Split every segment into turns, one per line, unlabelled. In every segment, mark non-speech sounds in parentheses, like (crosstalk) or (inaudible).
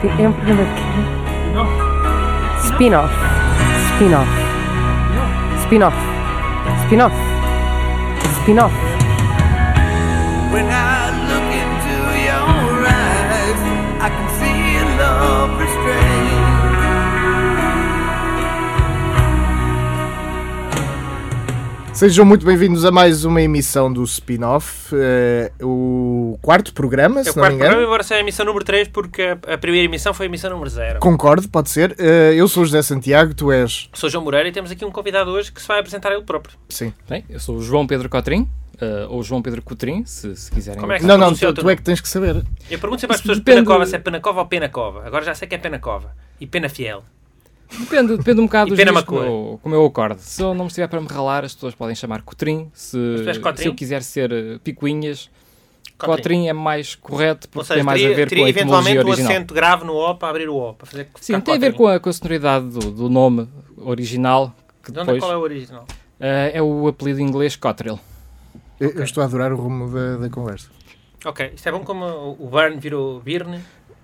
Fiquei um programa aqui. Spin-off. Spin-off. Spin-off. Spin-off. Spin-off.
When I look into your eyes, I can see a love restrained.
Sejam muito bem-vindos a mais uma emissão do Spin-Off, eh, o quarto programa,
É o
se não me
quarto
engano.
programa e agora será a emissão número 3 porque a, a primeira emissão foi a emissão número 0.
Concordo, pode ser. Eh, eu sou o José Santiago, tu és.
Sou João Moreira e temos aqui um convidado hoje que se vai apresentar ele próprio.
Sim.
Bem, eu sou o João Pedro Cotrim, eh, ou João Pedro Cotrim, se, se quiserem.
Como é que-
Não, não,
pronuncia
tu,
o teu
tu é que tens que saber.
Eu pergunto sempre às
Isso
pessoas
depende-
Pena Cova se é Pena Cova ou Pena Cova. Agora já sei que é Pena Cova. E Pena Fiel.
Depende, depende um bocado
(laughs) E
dos
pena uma
dias como
cor.
eu, como eu acordo. Se eu não estiver para me ralar, as pessoas podem chamar Cotrim. Se,
tu és Cotrim?
se eu quiser ser eh, picuinhas,
Cotrim.
Cotrim. é mais correto
Ou
porque
seja,
tem mais
teria,
a ver
teria
com a etimologia
eventualmente um
original.
acento grave no O para abrir o O. Para fazer
Sim, tem a ver com a, com a sonoridade do, do nome original, que
De onde é
depois
qual é o original?
eh, é o apelido em inglês Cotril.
Eu, eu estou a adorar o rumo da, da conversa.
Ok, isto é bom como o- o Byrne virou Birne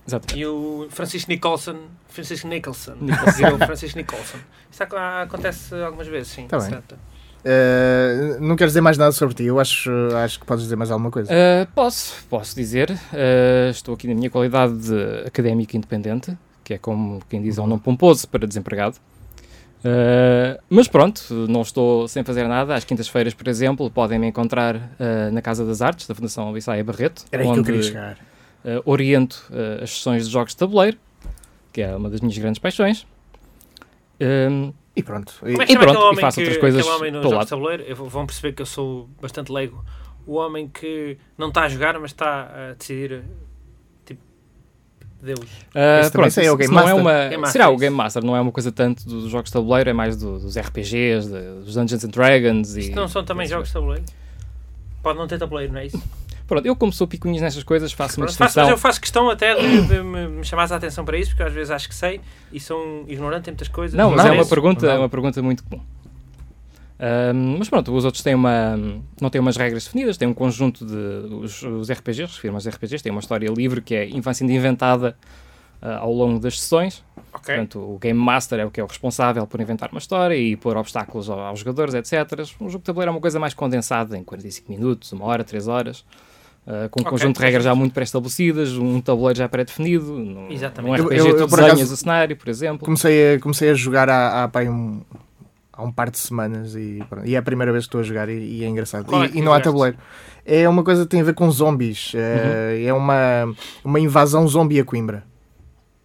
Exatamente.
e o Francisco Nicholson, Francisco Nicholson,
Nicholson.
virou Francisco Nicholson. Isto ac- acontece algumas vezes, sim.
Tá bem.
certo.
Eh, não queres dizer mais nada sobre ti, eu acho, acho que podes dizer mais alguma coisa.
Uh, posso, posso dizer. uh, estou aqui na minha qualidade de académico independente, que é como quem diz
Uhum.
é um nome pomposo para desempregado. Uh, mas pronto, não estou sem fazer nada. Às quintas-feiras, por exemplo, podem me encontrar uh, na Casa das Artes, da Fundação Abissaia Barreto,
Era aí que eu queria chegar.
uh, oriento uh, as sessões de jogos de tabuleiro, que é uma das minhas grandes paixões. Um,
E pronto. E-
Como é
E
que chama
pronto,
aquele
e
homem
faço
que,
outras coisas
aquele homem no
pelo
jogo de
lado.
tabuleiro? Eu vou- vão perceber que eu sou bastante leigo. O homem que não está a jogar, mas está a decidir, tipo, Deus.
Uh,
Esse também sei, é o
isso-
Game
isso não é
Master.
uma-
Game Master,
será o
isso.
Game Master, não é uma coisa tanto dos jogos de tabuleiro, é mais do- dos RPGs, de- dos Dungeons and Dragons. e
Isto não são também
e-
é.
jogos de tabuleiro? Pode não ter tabuleiro, não é isso?
Pronto, eu como sou picuinhas nestas coisas, faço uma
Pronto, faço- mas
distinção.
eu faço questão até de, de me, me chamares a atenção para isso, porque eu às vezes acho que sei e sou um ignorante em muitas coisas.
Não, mas
Não,
é uma
isso-
pergunta,
não.
é uma pergunta muito comum. Ahm, mas pronto, os outros têm uma, não têm umas regras definidas, têm um conjunto de. Os, os RPGs, firmas RPGs, têm uma história livre que é in- vai sendo inventada ah, ao longo das sessões.
Ok.
Portanto, o Game Master é o que é o responsável por inventar uma história e pôr obstáculos ao- aos jogadores, etc. Um jogo de tabuleiro é uma coisa mais condensada, em 45 minutos, uma hora, três horas, ah, com um
Ok.
conjunto de regras já muito pré-estabelecidas, um tabuleiro já pré-definido, num
Exatamente.
Eu-
num RPG
eu- eu,
tu
por
desenhas
acaso,
o cenário, por exemplo.
Tipo, Comecei a, comecei a jogar há, há, pá, um, há um par de semanas e, pronto, e é a primeira vez que estou a jogar e, e é engraçado.
Qual é
E-
que
e, não há
jogaste?
tabuleiro. É uma coisa que tem a ver com zombies. eh,
Uhum.
É uma, uma invasão zombie a Coimbra.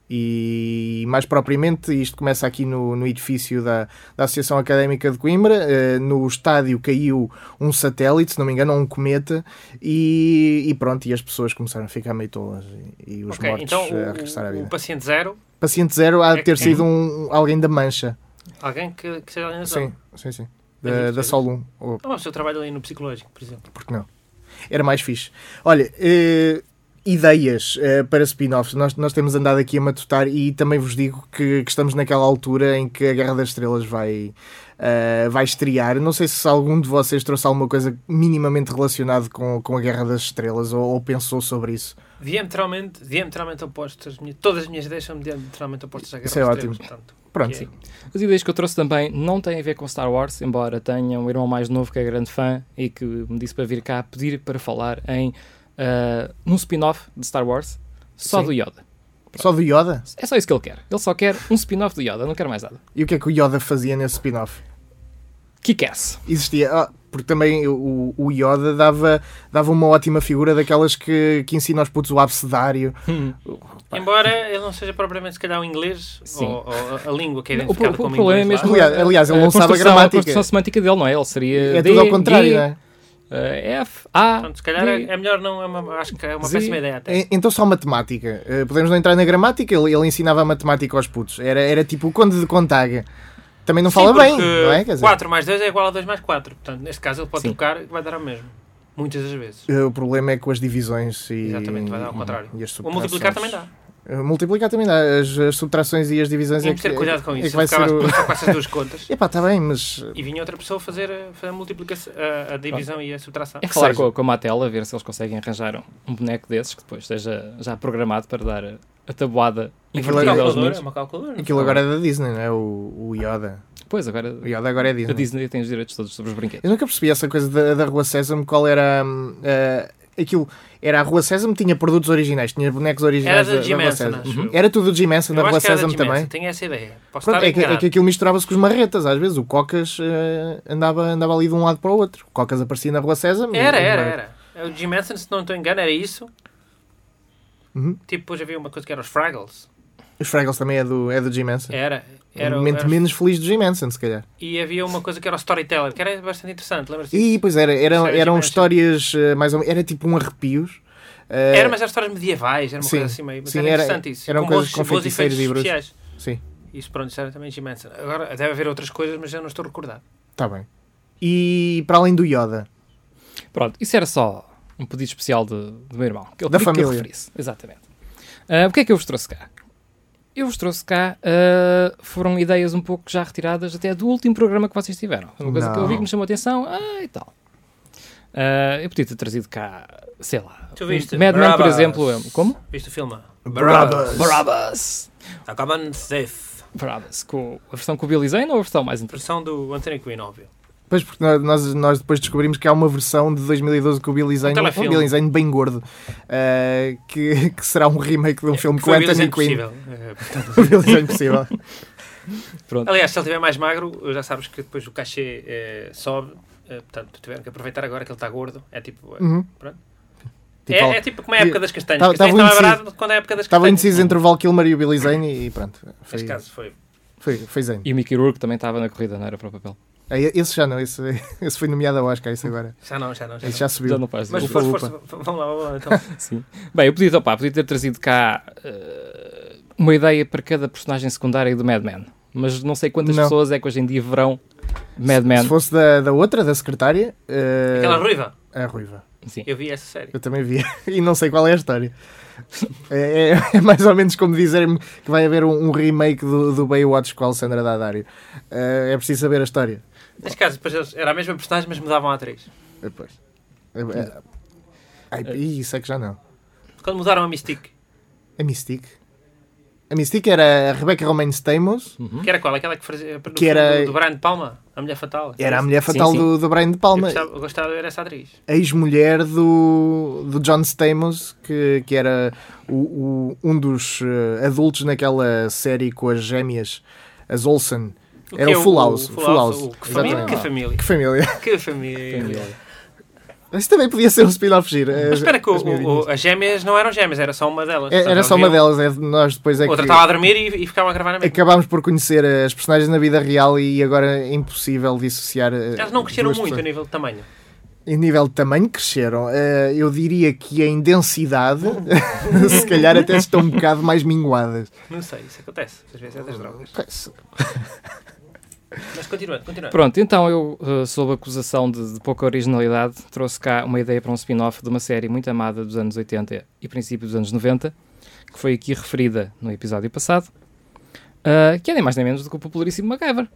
E mais propriamente, isto começa aqui no, no edifício da, da Associação Académica de Coimbra. eh, no estádio caiu um satélite, se não me engano, ou um cometa, e, e pronto, e as pessoas começaram a ficar meio tolas e, e os
Ok,
mortos
então
eh, a regressar à
o, o,
vida.
o paciente zero,
Paciente zero há de
É
ter
que-
sido um, alguém da Mancha.
alguém que, que seja ali na zona.
Sim, sim, sim.
É
Da,
isso,
da
é
Sol 1. Ou,
Não, mas eu trabalho ali no psicológico, por exemplo.
porque não? Era mais fixe. Olha, eh, ideias eh, para spin-offs. Nós, nós temos andado aqui a matutar e também vos digo que, que estamos naquela altura em que a Guerra das Estrelas vai, eh, vai estrear. Não sei se algum de vocês trouxe alguma coisa minimamente relacionada com, com a Guerra das Estrelas ou, ou pensou sobre isso.
Diametralmente, diametralmente opostas. as minhas- Todas as minhas ideias são diametralmente opostas à guerra
Isso é
das
ótimo.
Estrelas, portanto.
Pronto,
que é-
sim.
As ideias que eu trouxe também não têm a ver com Star Wars, embora tenha um irmão mais novo que é grande fã e que me disse para vir cá pedir para falar em ah, num spin-off de Star Wars só
Sim.
do Yoda.
Só do Yoda?
É só isso que ele quer. Ele só quer um spin-off do Yoda, não quer mais nada.
E o que é que o Yoda fazia nesse spin-off?
Kick-ass.
existia. Ah, porque também o, o Yoda dava, dava uma ótima figura daquelas que, que ensina aos putos o abecedário.
Hum,
Embora ele não seja propriamente, se calhar, o inglês
Sim.
ou, ou a- a língua que é
O
identificada
pro- o
como
problema é
inglês.
mesmo-
lá.
Aliás, aliás, ele
A
não sabe a
construção- A
gramática.
construção semântica dele, não é? Ele seria
É tudo ao
D,
contrário,
E,
não é?
ah, F, A,
Portanto, se calhar é,
D.
é melhor não. É uma, acho que é uma
Sim.
péssima ideia até.
É, Então só matemática. Eh, Podemos não entrar na gramática, ele, ele ensinava a matemática aos putos. Era, era tipo o Conde de Contaga. Também não
Sim,
fala bem,
porque
não é? Quer dizer,
4 mais 2 é igual a 2 mais 4. Portanto, neste caso ele pode
Sim.
trocar e vai dar ao mesmo. Muitas das vezes.
eh, O problema é com as divisões e,
Exatamente, vai dar ao contrário.
e as
Ou multiplicar também
subtrações.
dá.
Uh, Multiplicar também dá. As, as subtrações e as divisões é
Tínhamos
que,
de ter cuidado com
é,
isso.
É que vai
eu ficava
ser o...
só com essas duas contas
(laughs) Epá, está bem, mas
e vinha outra pessoa fazer, a- fazer a multiplicação, a, a divisão e a subtração.
É falar
Claro.
com, com a Mattel a ver se eles conseguem arranjar um, um boneco desses que depois esteja já programado para dar a, a tabuada
Uma
Legal,
invertida aos
calculadora,
meninos.
um uma calculadora.
aquilo agora é da Disney, não é? O, o Yoda.
Pois, agora
O Yoda agora é Disney.
a Disney tem os direitos todos sobre os brinquedos.
Eu nunca percebi essa coisa da, da Rua Sésamo, qual era hum, ah, aquilo. Era a Rua Sésamo, tinha produtos originais, tinha bonecos
Era
originais
da
da, da
Jim
Rua
Henson,
Sésamo. Uhum.
acho eu.
Era tudo do Jim Henson,
Eu
da
acho
Rua
que era da
Sésamo
Jim Henson,
também.
Tenho essa ideia. Posso
Pronto,
estar
é, que, é
enganado.
que aquilo misturava-se com os marretas, às vezes. O Cocas eh, andava, andava ali de um lado para o outro. O Cocas aparecia na Rua Sésamo. e-
Era,
e-
era, era. O Jim Henson, se não estou engano, era isso.
Uhum.
Tipo, depois havia uma coisa que era os Fraggles.
Os Fraggles também é do, é do Jim Henson.
Era.
É
era,
o momento
era-
menos feliz do Jim Henson, se calhar.
E havia uma coisa que era o Storyteller, que era bastante interessante, lembra-se?
E, pois era, eram,
Isso era
eram
Jim Henson.
histórias eh, mais ou menos. Era tipo um arrepios. eh,
Era, mas eram histórias medievais, era uma
Sim,
coisa assim meio. Mas
sim,
era
era-
interessante isso.
eram
com
coisas
bons,
com
bons
feiticeiros
efeitos
e bruxos.
especiais.
Sim,
Isso, pronto, isso era também Jim Henson. Agora, deve haver outras coisas, mas eu não estou a recordar.
está tá bem. E para além do Yoda.
Pronto, isso era só um pedido especial de- do meu irmão. Que ele
Da
queria que eu
família.
referisse. Exatamente. Ah, o que é que eu vos trouxe cá? Eu vos trouxe cá, ah, foram ideias um pouco já retiradas até do último programa que vocês tiveram. Uma coisa que eu vi que me chamou a atenção, ah, e tal. Ah, eu podia ter trazido cá, sei lá.
Tu viste?
Mad Men, por
Bravas.
exemplo. é- Como?
Viste o filme?
Brothers.
Bravas!
Acabando de Death.
Bravas, com a versão que o Billy Zane ou a versão mais interessante?
Versão do Anthony Quinn, óbvio.
Pois, porque nós- nós, nós depois descobrimos que há uma versão de 2012 com o Billy Zane, um
telefilme.
Billy Zane bem gordo, eh, que, que será um remake de um filme com
Foi É, o Willis
Anthony Quinn.
Impossível. Eh,
O Billy Zane é Impossível.
(laughs)
Pronto.
Aliás, se ele estiver mais magro, já sabes que depois o cachê eh, sobe. eh, portanto, tiveram que aproveitar agora que ele está gordo. É tipo. eh,
Uhum.
Pronto.
Tipo,
é, é tipo como é a época das castanhas.
Tava-
castanhas
tava
estava
indeciso.
barato quando é a época das
Estava
castanhas.
indeciso entre o Val Kilmer e o Billy Zane e pronto. Foi,
Neste caso foi.
foi, foi Zane.
E o Mickey Rourke também estava na corrida, não era para o papel.
Ah, Esse já não, esse, (laughs) esse foi nomeado ao Oscar, esse agora.
Já não, já não. Já
Esse
não.
já subiu.
Já não faz
Mas
o-
força,
upa.
força. v- Vamos lá, vamos lá. Então.
(laughs)
Sim. Bem, eu podia, opá, podia ter trazido cá eh, uma ideia para cada personagem secundária do Mad Men. Mas não sei quantas
Não.
pessoas é que hoje em dia verão Mad Men.
Se fosse da, da outra, da secretária, eh,
Aquela ruiva.
a Ruiva.
Sim.
Eu vi essa série.
Eu também vi. (laughs) e não sei qual é a história. É, é- (laughs) é mais ou menos como dizerem-me que vai haver um, um remake do, do Baywatch com a Alessandra Daddario. Eh, é preciso saber a história.
Neste caso, depois eles- era a mesma personagem, mas mudavam a atriz.
Eh, Pois. Eh, eh, ai, ih, isso é que já não.
Quando mudaram a Mystique,
A Mystique. A Mystique era a Rebecca Romaine Stamos,
que era qual? Aquela que fazia. no
Uhum. Que
filme
era-
Do, do Brian de Palma, a mulher fatal.
era a mulher
Sim,
fatal
sim.
Do, do Brian de
Eu
Palma.
gostava, eu gostava de ver essa atriz.
ex-mulher do, do John Stamos, que, que era o, o- um dos eh, adultos naquela série com as gêmeas, as Olsen.
que
Era
é
o Full House.
o
Full House.
o- que, família, que
Exatamente. Que
família.
família. (laughs)
Que família.
Isso também podia ser um spin-off giro.
Mas espera que o-
As minhas
o-
vidas.
o- as gêmeas não eram gêmeas, era só uma delas.
É- Era
Portanto,
só uma
havia-
delas, é de nós depois é que
Outra estava a dormir e, e ficava a gravar na
É
mesma.
acabámos por conhecer as personagens na vida real e agora é impossível dissociar. eh,
Elas não cresceram
duas
muito a
pessoas.
nível de tamanho.
Em nível de tamanho cresceram. Eh, eu diria que em densidade, (laughs) se calhar até estão um bocado mais minguadas.
Não sei, isso acontece. Às vezes é das drogas.
Pois,
Mas continuando, continuando.
Pronto, então eu, eh, sob acusação de, de pouca originalidade, trouxe cá uma ideia para um spin-off de uma série muito amada dos anos 80 e princípio dos anos 90, que foi aqui referida no episódio passado, eh, que é nem mais nem menos do que o popularíssimo MacGyver.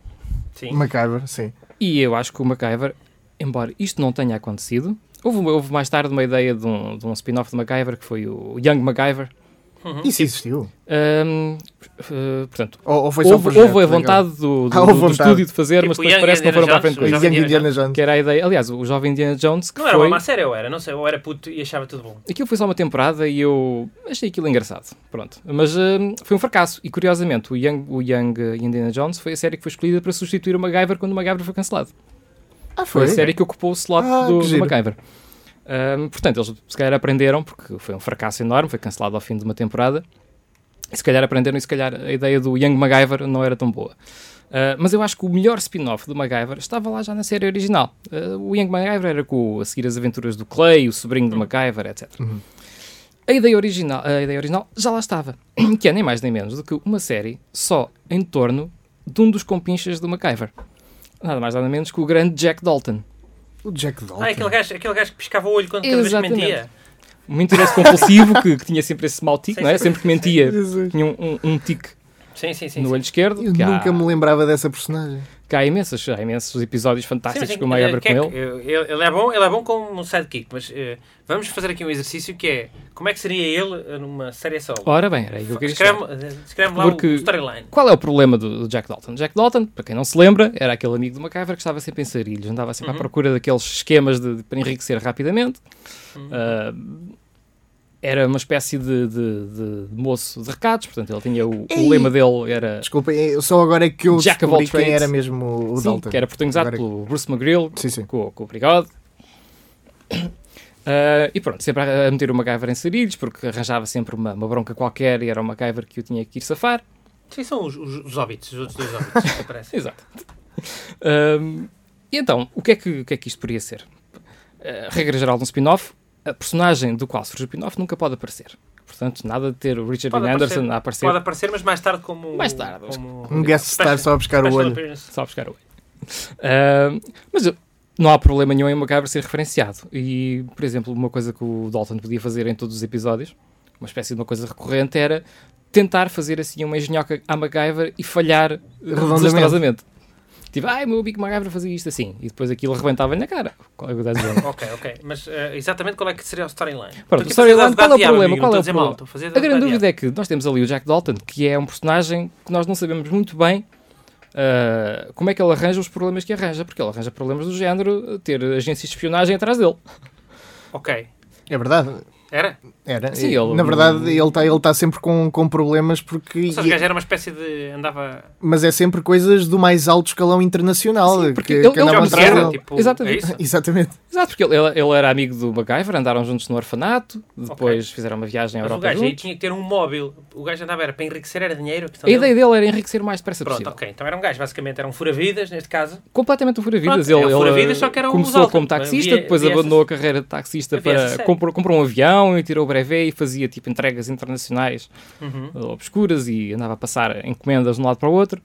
Sim.
Macabro, sim.
E eu acho que o MacGyver, embora isto não tenha acontecido, houve, houve mais tarde uma ideia de um, de um spin-off de MacGyver, que foi o Young MacGyver.
Uhum.
Isso existiu.
Ahm, eh, portanto,
Ou, ou foi só um
houve,
projeto,
houve a
legal?
vontade do,
Ah, (laughs)
do-
houve
do
vontade.
estúdio de fazer,
Tipo
mas depois
Young
parece que não foram
Indiana
para a frente com
O
Jones,
isso.
Jovem
Young
Indiana
Indiana Jones.
Que era a ideia, aliás, o jovem Indiana Jones, que
Não era
foi...
uma má série, eu era, não sei, eu era puto e achava tudo bom.
Aquilo foi só uma temporada e eu achei aquilo engraçado. Pronto. Mas hum, foi um fracasso. E curiosamente, o Young, o Young eh, Indiana Jones foi a série que foi escolhida para substituir o MacGyver quando o MacGyver foi cancelado.
Ah,
Foi, a série que ocupou o slot
Ah,
do,
que
do
giro.
MacGyver. Hum, portanto, eles se calhar aprenderam, porque foi um fracasso enorme, foi cancelado ao fim de uma temporada. E se calhar aprenderam, e se calhar a ideia do Young MacGyver não era tão boa. Ah, mas eu acho que o melhor spin-off do MacGyver estava lá já na série original. Ah, o Young MacGyver era com o- a seguir as aventuras do Clay, o sobrinho do MacGyver, etc.
Uhum.
A ideia, original, a ideia original já lá estava, (clears throat) que é nem mais nem menos do que uma série só em torno de um dos compinchas do MacGyver. Nada mais nada menos que o grande Jack Dalton.
O Jack Dalton.
Ah, aquele gajo, aquele gajo que piscava o olho quando cada vez que
Exatamente.
mentia.
mentiroso compulsivo que, que tinha sempre esse mau tique,
Sim,
não é?
sim.
Sempre que mentia,
Jesus.
tinha um, um, um tique
Sim, sim, sim.
no
sim.
olho esquerdo.
Eu
que há-
nunca me lembrava dessa personagem.
que há imensos, há imensos episódios fantásticos
Sim, mas
que o Maia abre
que
com
é
ele.
que- ele. Ele é bom, ele é bom como um sidekick, mas eh, vamos fazer aqui um exercício que é como é que seria ele eh, numa série solo?
Ora bem, era aí é que eu queria chegar.
Escreve-me eh, escreve-me lá
Porque-
o storyline.
Qual é o problema do, do Jack Dalton? Jack Dalton, para quem não se lembra, era aquele amigo do MacGyver que estava sempre em sarilhos, andava sempre à
Uhum.
procura daqueles esquemas de, de- para enriquecer rapidamente.
Uhum.
Ah, era uma espécie de, de- de- de moço de recados, portanto, ele tinha o, o
Ei!
lema dele era
Desculpa, eu- só agora é que eu
Jack of all
descobri quem
trades.
era mesmo o- o
Sim,
Dalton.
que era protagonizado
Agora- é
pelo Bruce McGrill,
Sim, sim.
com, com o Brigode. (coughs) Ah, e pronto, sempre a a meter o MacGyver em sarilhos, porque arranjava sempre uma, uma bronca qualquer e era o MacGyver que o tinha que ir safar.
Sim, são os, os, os hobbits, os outros dois
(laughs)
hobbits que aparecem.
Exato. Ahm, e então, o que, é que, o que é que isto poderia ser? Ah, regra geral de um spin-off, a personagem do qual surge o spin-off nunca pode aparecer. Portanto, nada de ter o Richard
Pode
Dean
aparecer-
Anderson a aparecer,
Pode aparecer, mas mais tarde como...
Mais tarde.
Como,
Um guest star só a buscar o
special
olho.
appearance.
só buscar o olho. Ahm, mas eu- não há problema nenhum em MacGyver ser referenciado. E, por exemplo, uma coisa que o Dalton podia fazer em todos os episódios, uma espécie de uma coisa recorrente, era tentar fazer assim uma engenhoca a MacGyver e falhar
Redondamente.
desastrosamente. Tipo, ai, meu amigo MacGyver fazia isto assim. E depois aquilo rebentava-lhe na cara. Qual é que eu estou a dizer?
Ok, ok. Mas eh, exatamente qual é que seria o storyline?
Pronto,
Estou aqui
o
a fazer
storyline,
advogado
qual é o
diabo,
problema?
amigo,
Qual
não estou
é o
a dizer
problema?
mal, estou fazer
A grande
advogado
dúvida é que nós temos ali o Jack Dalton, que é um personagem que nós não sabemos muito bem ah, como é que ele arranja os problemas que arranja, porque ele arranja problemas do género ah, ter agências de espionagem atrás dele.
diabo. Ok.
É verdade.
Era?
Era.
Sim,
E,
ele-
Na verdade, ele está ele tá sempre com, com problemas porque.
Ou seja, o gajo era uma espécie de... Andava...
Mas é sempre coisas do mais alto escalão internacional.
Sim,
que,
porque ele-
que
ele é
andam
um já me
atrás
guerra,
guerra,
dele.
tipo...
Exatamente.
É isso?
(laughs)
Exatamente.
Exato, porque ele, ele era amigo do MacGyver, andaram juntos no orfanato, depois fizeram uma viagem à
Mas o
Europa
gajo aí
juntos.
tinha que ter um móvel. O gajo andava era para enriquecer, era dinheiro. questão
A ideia
dele.
dele era enriquecer o mais depressa
então Pronto,
possível.
ok. Então era um gajo, basicamente, era um fura-vidas, neste caso.
Completamente um fura-vidas.
Pronto, é um
ele ele,
fura-vidas, só que era um
começou
Dalton.
como taxista,
Havia-
depois
havia
abandonou a carreira de taxista
havia essa
para
série.
comprou, comprou um avião e tirou o brevet e fazia tipo entregas internacionais
Uhum.
eh, obscuras e andava a passar encomendas de um lado para o outro.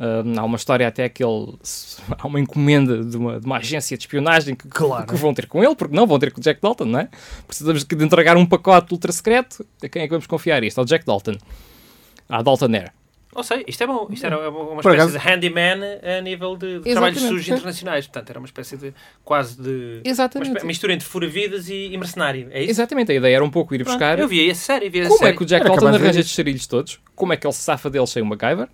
Ahm, há uma história até que ele se- (laughs) há uma encomenda de uma, de uma agência de espionagem que, que vão ter com ele, porque não vão ter com o Jack Dalton, não é? Precisamos que de entregar um pacote ultra secreto. A quem é que vamos confiar isto? Ao Jack Dalton. À Dalton Air.
Não sei, isto é bom. Isto era uma, uma
Por
espécie
acaso-
de handyman a nível de, de
Exatamente,
trabalhos sujos
sim.
internacionais. Portanto, era uma espécie de quase de. Uma
Exatamente.
espé- mistura entre fura-vidas e, e mercenário. É isso?
Exatamente, a ideia era um pouco ir
Pronto,
buscar
Eu via essa série. Via essa
como é
série.
que o Jack
Era
Dalton
capaz de ver
arranja
isso.
estes sarilhos todos, como é que ele se safa deles sem o MacGyver,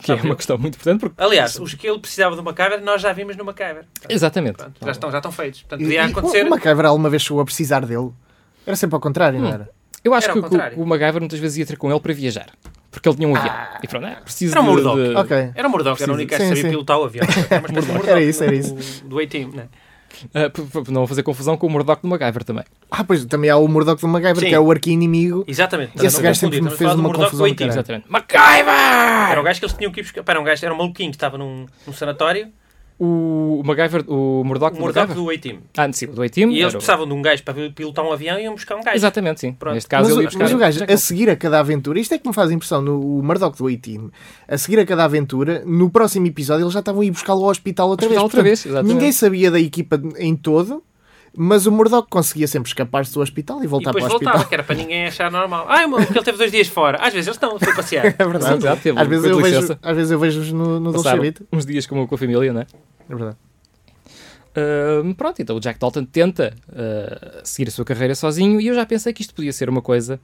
que é
Sabe,
uma
eu-
questão muito importante, porque...
Aliás, os que ele precisava de uma MacGyver, nós já vimos no MacGyver. Portanto,
Exatamente.
pronto, já, estão, já estão feitos. Portanto,
E, e,
podia acontecer.
o MacGyver alguma vez chegou a precisar dele. Era sempre ao contrário,
Hum.
não era?
Eu acho
Era
que
ao
o,
contrário.
que o MacGyver muitas vezes ia ter com ele para viajar, porque ele tinha um avião. e pronto, é, preciso
Era um
de-
Murdoch.
de-
Ok.
Era o Murdoch, era o único que
Sim,
sabia
sim.
pilotar o avião.
(laughs)
Era uma espécie de Murdoch
Era isso, era
do-
isso.
Do A-Team, né?
ah, p- p- não fazer confusão com o Murdoch do MacGyver também.
Ah, pois também há o Murdoch do MacGyver,
Sim.
que é o arqui-inimigo.
Exatamente.
Esse
Não
gajo
confundir,
sempre me
estamos a
fez
falar do
uma
Murdoch
confusão do
com o A-Team.
caralho.
Exatamente. MacGyver!
Era o gajo que eles tinham que ir buscar. Pera, um gajo, era um maluquinho que estava num, num sanatório,
O MacGyver, o Murdoch
o
do
Murdoch
MacGyver.
do A-Team.
Ah, sim, do A-Team.
E eles
era o-
precisavam de um gajo para pilotar um avião e iam buscar um gajo.
Exatamente, sim.
Pronto.
Neste caso
mas,
ele
o,
ia buscar...
mas o gajo,
Jack
a seguir a cada aventura, isto é que me faz impressão, no o Murdoch do A-Team, a seguir a cada aventura, no próximo episódio eles já estavam a ir buscá-lo ao hospital outra
Hospital
vez.
outra vez, exatamente.
ninguém sabia da equipa em todo, mas o Murdoch conseguia sempre escapar-se do hospital e
E
voltar
depois
para o
voltava,
hospital.
que era para ninguém achar normal. Ah, mano, porque ele teve dois dias fora. Às vezes eles estão, foi passear.
(laughs)
É verdade.
Sim, já teve,
às, vezes
foi de
eu vejo,
licença.
às vezes eu vejo-os no, no Dolce
Passaram
Vita.
uns dias com, com a família, não é?
É verdade.
Ahm, pronto, então o Jack Dalton tenta ah, seguir a sua carreira sozinho e eu já pensei que isto podia ser uma coisa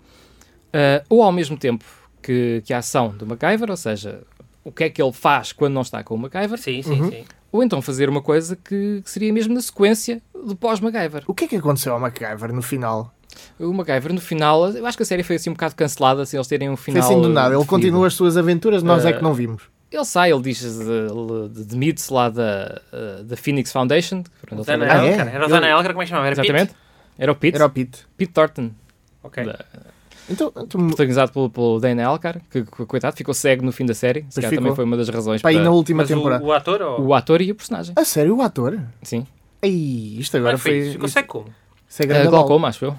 ah, ou ao mesmo tempo que, que a ação do MacGyver, ou seja, o que é que ele faz quando não está com o MacGyver,
Sim, sim, sim.
ou então fazer uma coisa que, que seria mesmo na sequência do pós-MacGyver.
O que é que aconteceu ao MacGyver no final?
O MacGyver no final, eu acho que a série foi assim um bocado cancelada, assim eles terem um
Foi
final. Eh,
assim do
ah,
nada. Ele
definido.
continua as suas aventuras, nós é que não vimos.
Ele sai, ele diz, eh, ele demite-se lá da, ah, da Phoenix Foundation. que era onde ele
O
trabalhava.
Ah,
Dana Elker,
é?
Era o Dana Elker, como é que chamava? Era
Exatamente. Era o Pete,
Era o Pete.
Pete Thornton,
Pete? Ok.
da-
Então, tu,
protagonizado pelo, pelo Dan Elkar, que, que, coitado ficou cego no fim da série. Se calhar
ficou.
também foi uma das razões
pá, aí na
para
última
Mas o,
temporada.
o ator, ou...
o ator e o personagem.
A sério, o ator?
Sim.
Ei, isto
Como é
agora
que foi
foi.
isso? Ficou seco como? É
Isso é
É
grande
glaucoma, acho eu.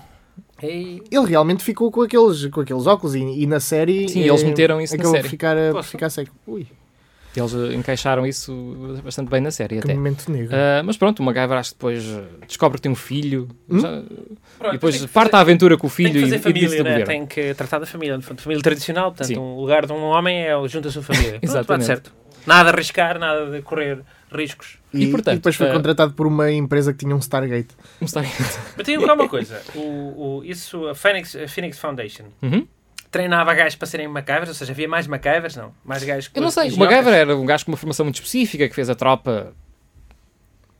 Ei,
ele realmente ficou com aqueles, com aqueles óculos e, e na série.
Sim,
eh,
eles meteram isso na
acabou
série.
de ficar, a-
Posso?
ficar seco. Ui.
Eles eh, encaixaram isso bastante bem na série,
Que
até.
momento negro.
Ah, mas pronto, o MacGyver acho que depois eh, descobre que tem um filho
Hum?
já-
Pronto,
e depois
tem que
parte à aventura com o
Tem
filho
que
e,
fazer
e
família,
disse do
né?
governo.
tem que tratar da família, de facto, família tradicional, portanto,
Sim.
o lugar de um homem é o junto à sua
(laughs)
família. Pronto,
Exatamente.
bate certo. Nada a arriscar, nada de correr riscos.
e, portanto,
depois foi
eh,
contratado por uma empresa que tinha um Stargate.
Um Stargate.
Mas tenho que uma coisa, o, o- isso, a Phoenix, a Phoenix Foundation,
Uhum.
treinava gajos para serem MacGyvers, ou seja, havia mais MacGyvers, não? Mais gajos que
Eu não sei, o
engenhocas.
MacGyver era um gajo com uma formação muito específica que fez a tropa.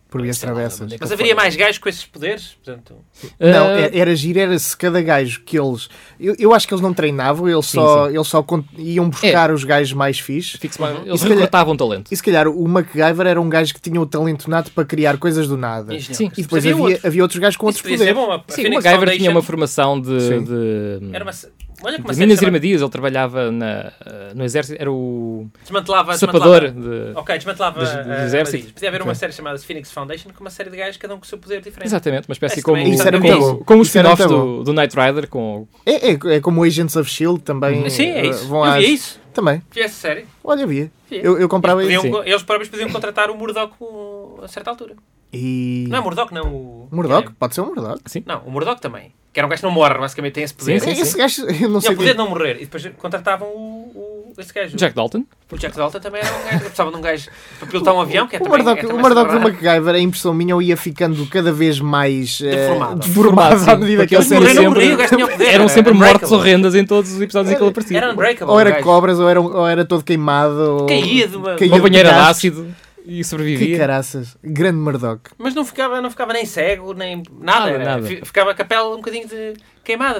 Por vias
Sei lá,
travessas.
onde é que
Mas
ele
haveria
foi?
mais gajos com esses poderes, portanto...
Não,
Ah,
é- era giro, era se cada gajo que eles. Eu, eu acho que eles não treinavam, eles
Sim,
só, Eles só con- iam buscar
É.
os gajos mais fixes.
Fixo mais-
Uhum. E
Eles
se calhar-
recrutavam talento.
E se calhar o MacGyver era um gajo que tinha o talento nato para criar coisas do nada.
engenhocas.
Sim,
E depois
Mas
havia, havia,
outro.
outros gajos com outros
Isso podia ser
poderes.
bom, a- a
Sim, o
Phoenix
MacGyver tinha
Foundation
uma formação de,
Sim.
de,
Era uma... se- Olha como
de
a série
Minas e
chama-
Armadilhas. Ele trabalhava na, eh, no exército, era o
desmantelava...
sapador.
desmantelava-
de-
Ok, desmantelava
Dos- dos
ah,
exércitos.
armadilhas. Podia haver uma
Ok.
série chamada Phoenix Foundation com uma série de gajos, cada um com o seu poder diferente.
Exatamente, uma espécie
Esse
como,
também- é Isso
era
como,
muito bom.
como o
Isso era
spin-off
muito
do, do Knight Rider com
É, é, é como o Agents of Shield também.
Sim, é
eh,
isso.
Vão
eu
às-
via isso. um.
Também.
Vi essa série.
Olha, havia.
Sim.
Eu, eu comprava
Eles,
isso.
podiam- eles próprios podiam contratar o Murdoch com- a certa altura.
E.
Não é Murdoch, não. O...
Murdoch? Pode ser um Murdoch. É,
Não, o Murdoch também. Que era um gajo que não morre, basicamente tem esse poder.
Sim, sim,
Esse gajo, (laughs) eu não
Tinha
sei.
o poder de não morrer. E depois contratavam o, o- esse gajo.
Jack Dalton.
O Jack Dalton também era um gajo. Precisava de um gajo para pilotar um avião, que é
O
também...
Murdoch,
é
o
também
Murdoch do
super raro.
MacGyver, a impressão minha, ele ia ficando cada vez mais eh,
Deformado.
deformado à medida que ele
Eles
Morrer
era
morreram
não
sempre-
morria, o gajo tinha o poder.
Eram
era
sempre mortes
unbreakable.
horrendas em todos os episódios em que ele aparecia.
Era unbreakable.
Ou
o
era
Tá um gajo.
cobras, ou era, um- ou era todo queimado. Ou...
Caía de uma...
Caía.
Uma banheira de
Gastos.
ácido e
Que
sobrevivia.
caraças. Grande Murdoch.
Mas não ficava, não ficava nem cego, nem nada.
Nada,
era-
nada.
fi- Ficava com a pele um bocadinho de queimada,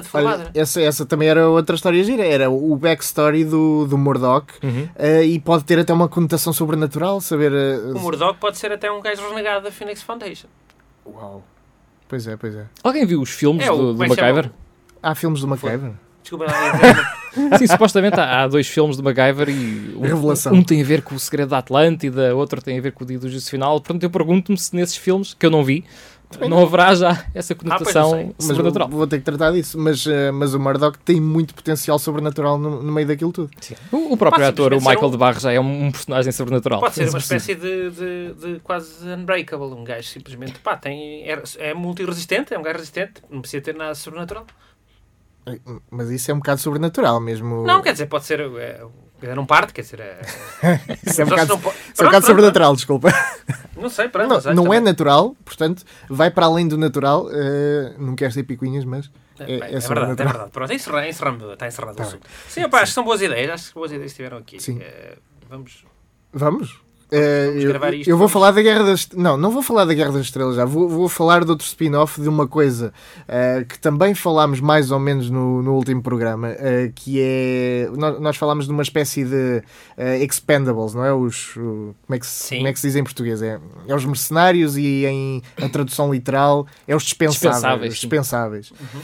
Olha,
deformada.
essa, essa também era outra história gira. Era o backstory do, do Murdoch.
Uhum.
eh, e pode ter até uma conotação sobrenatural, saber. eh,
O Murdoch pode ser até um gajo renegado da Phoenix Foundation.
Uau. Pois é, pois é.
Alguém viu os filmes
É, o-
do, do
como é que se chama?
MacGyver?
Há filmes do MacGyver?
Desculpa, lá, eu tenho-
Sim, supostamente há, há dois filmes do MacGyver e um,
Revelação.
um tem a ver com o Segredo da Atlântida, outro tem a ver com o Dia do Juízo Final. Portanto, eu pergunto-me se nesses filmes, que eu não vi, não haverá já essa
Ah, pois,
conotação
não
Mas vou,
sobrenatural.
vou ter que tratar disso. Mas, eh, mas o Murdoch tem muito potencial sobrenatural no, no meio daquilo tudo.
O, o próprio
Pode
ator, o
simplesmente ser
Michael
um-
de Barro, já é um, um personagem sobrenatural.
Pode ser
É
uma
possível.
espécie de, de, de quase unbreakable. Um gajo simplesmente pá, tem, é, é multiresistente, é um gajo resistente, não precisa ter nada sobrenatural.
Eh, Mas isso é um bocado sobrenatural mesmo.
Não, quer dizer, pode ser. É, é, não parte, quer dizer. É,
(laughs) Isso é um
Só se
bocado,
não po-
isso é um
Pronto,
bocado
pronto,
sobrenatural, desculpa.
pronto. Não sei, pronto.
Não,
mas acho
não é
também-
natural, portanto, vai para além do natural. eh, não quero ser picuinhas, mas.
É,
é-
bem,
é
é verdade, é
sobrenatural. Tá
verdade. Pronto, encerra- encerramos, está encerrado o assunto. Sim, opa, acho que são boas ideias, acho que boas ideias que tiveram aqui.
Sim.
Eh, vamos.
Vamos? Eh,
vamos
eu,
gravar isto,
eu vou
vamos.
falar da Guerra das Não, não vou falar da Guerra das Estrelas já. Vou, vou falar de outro spin-off de uma coisa eh, que também falámos mais ou menos no, no último programa, eh, que é. Nós, nós falámos de uma espécie de eh, expendables, não é? Os, o- como, é que se,
Sim.
como é que se diz em português? É, é os mercenários e em a tradução literal é os dispensáveis.
Dispensáveis,
os
sim.
dispensáveis.
Uhum.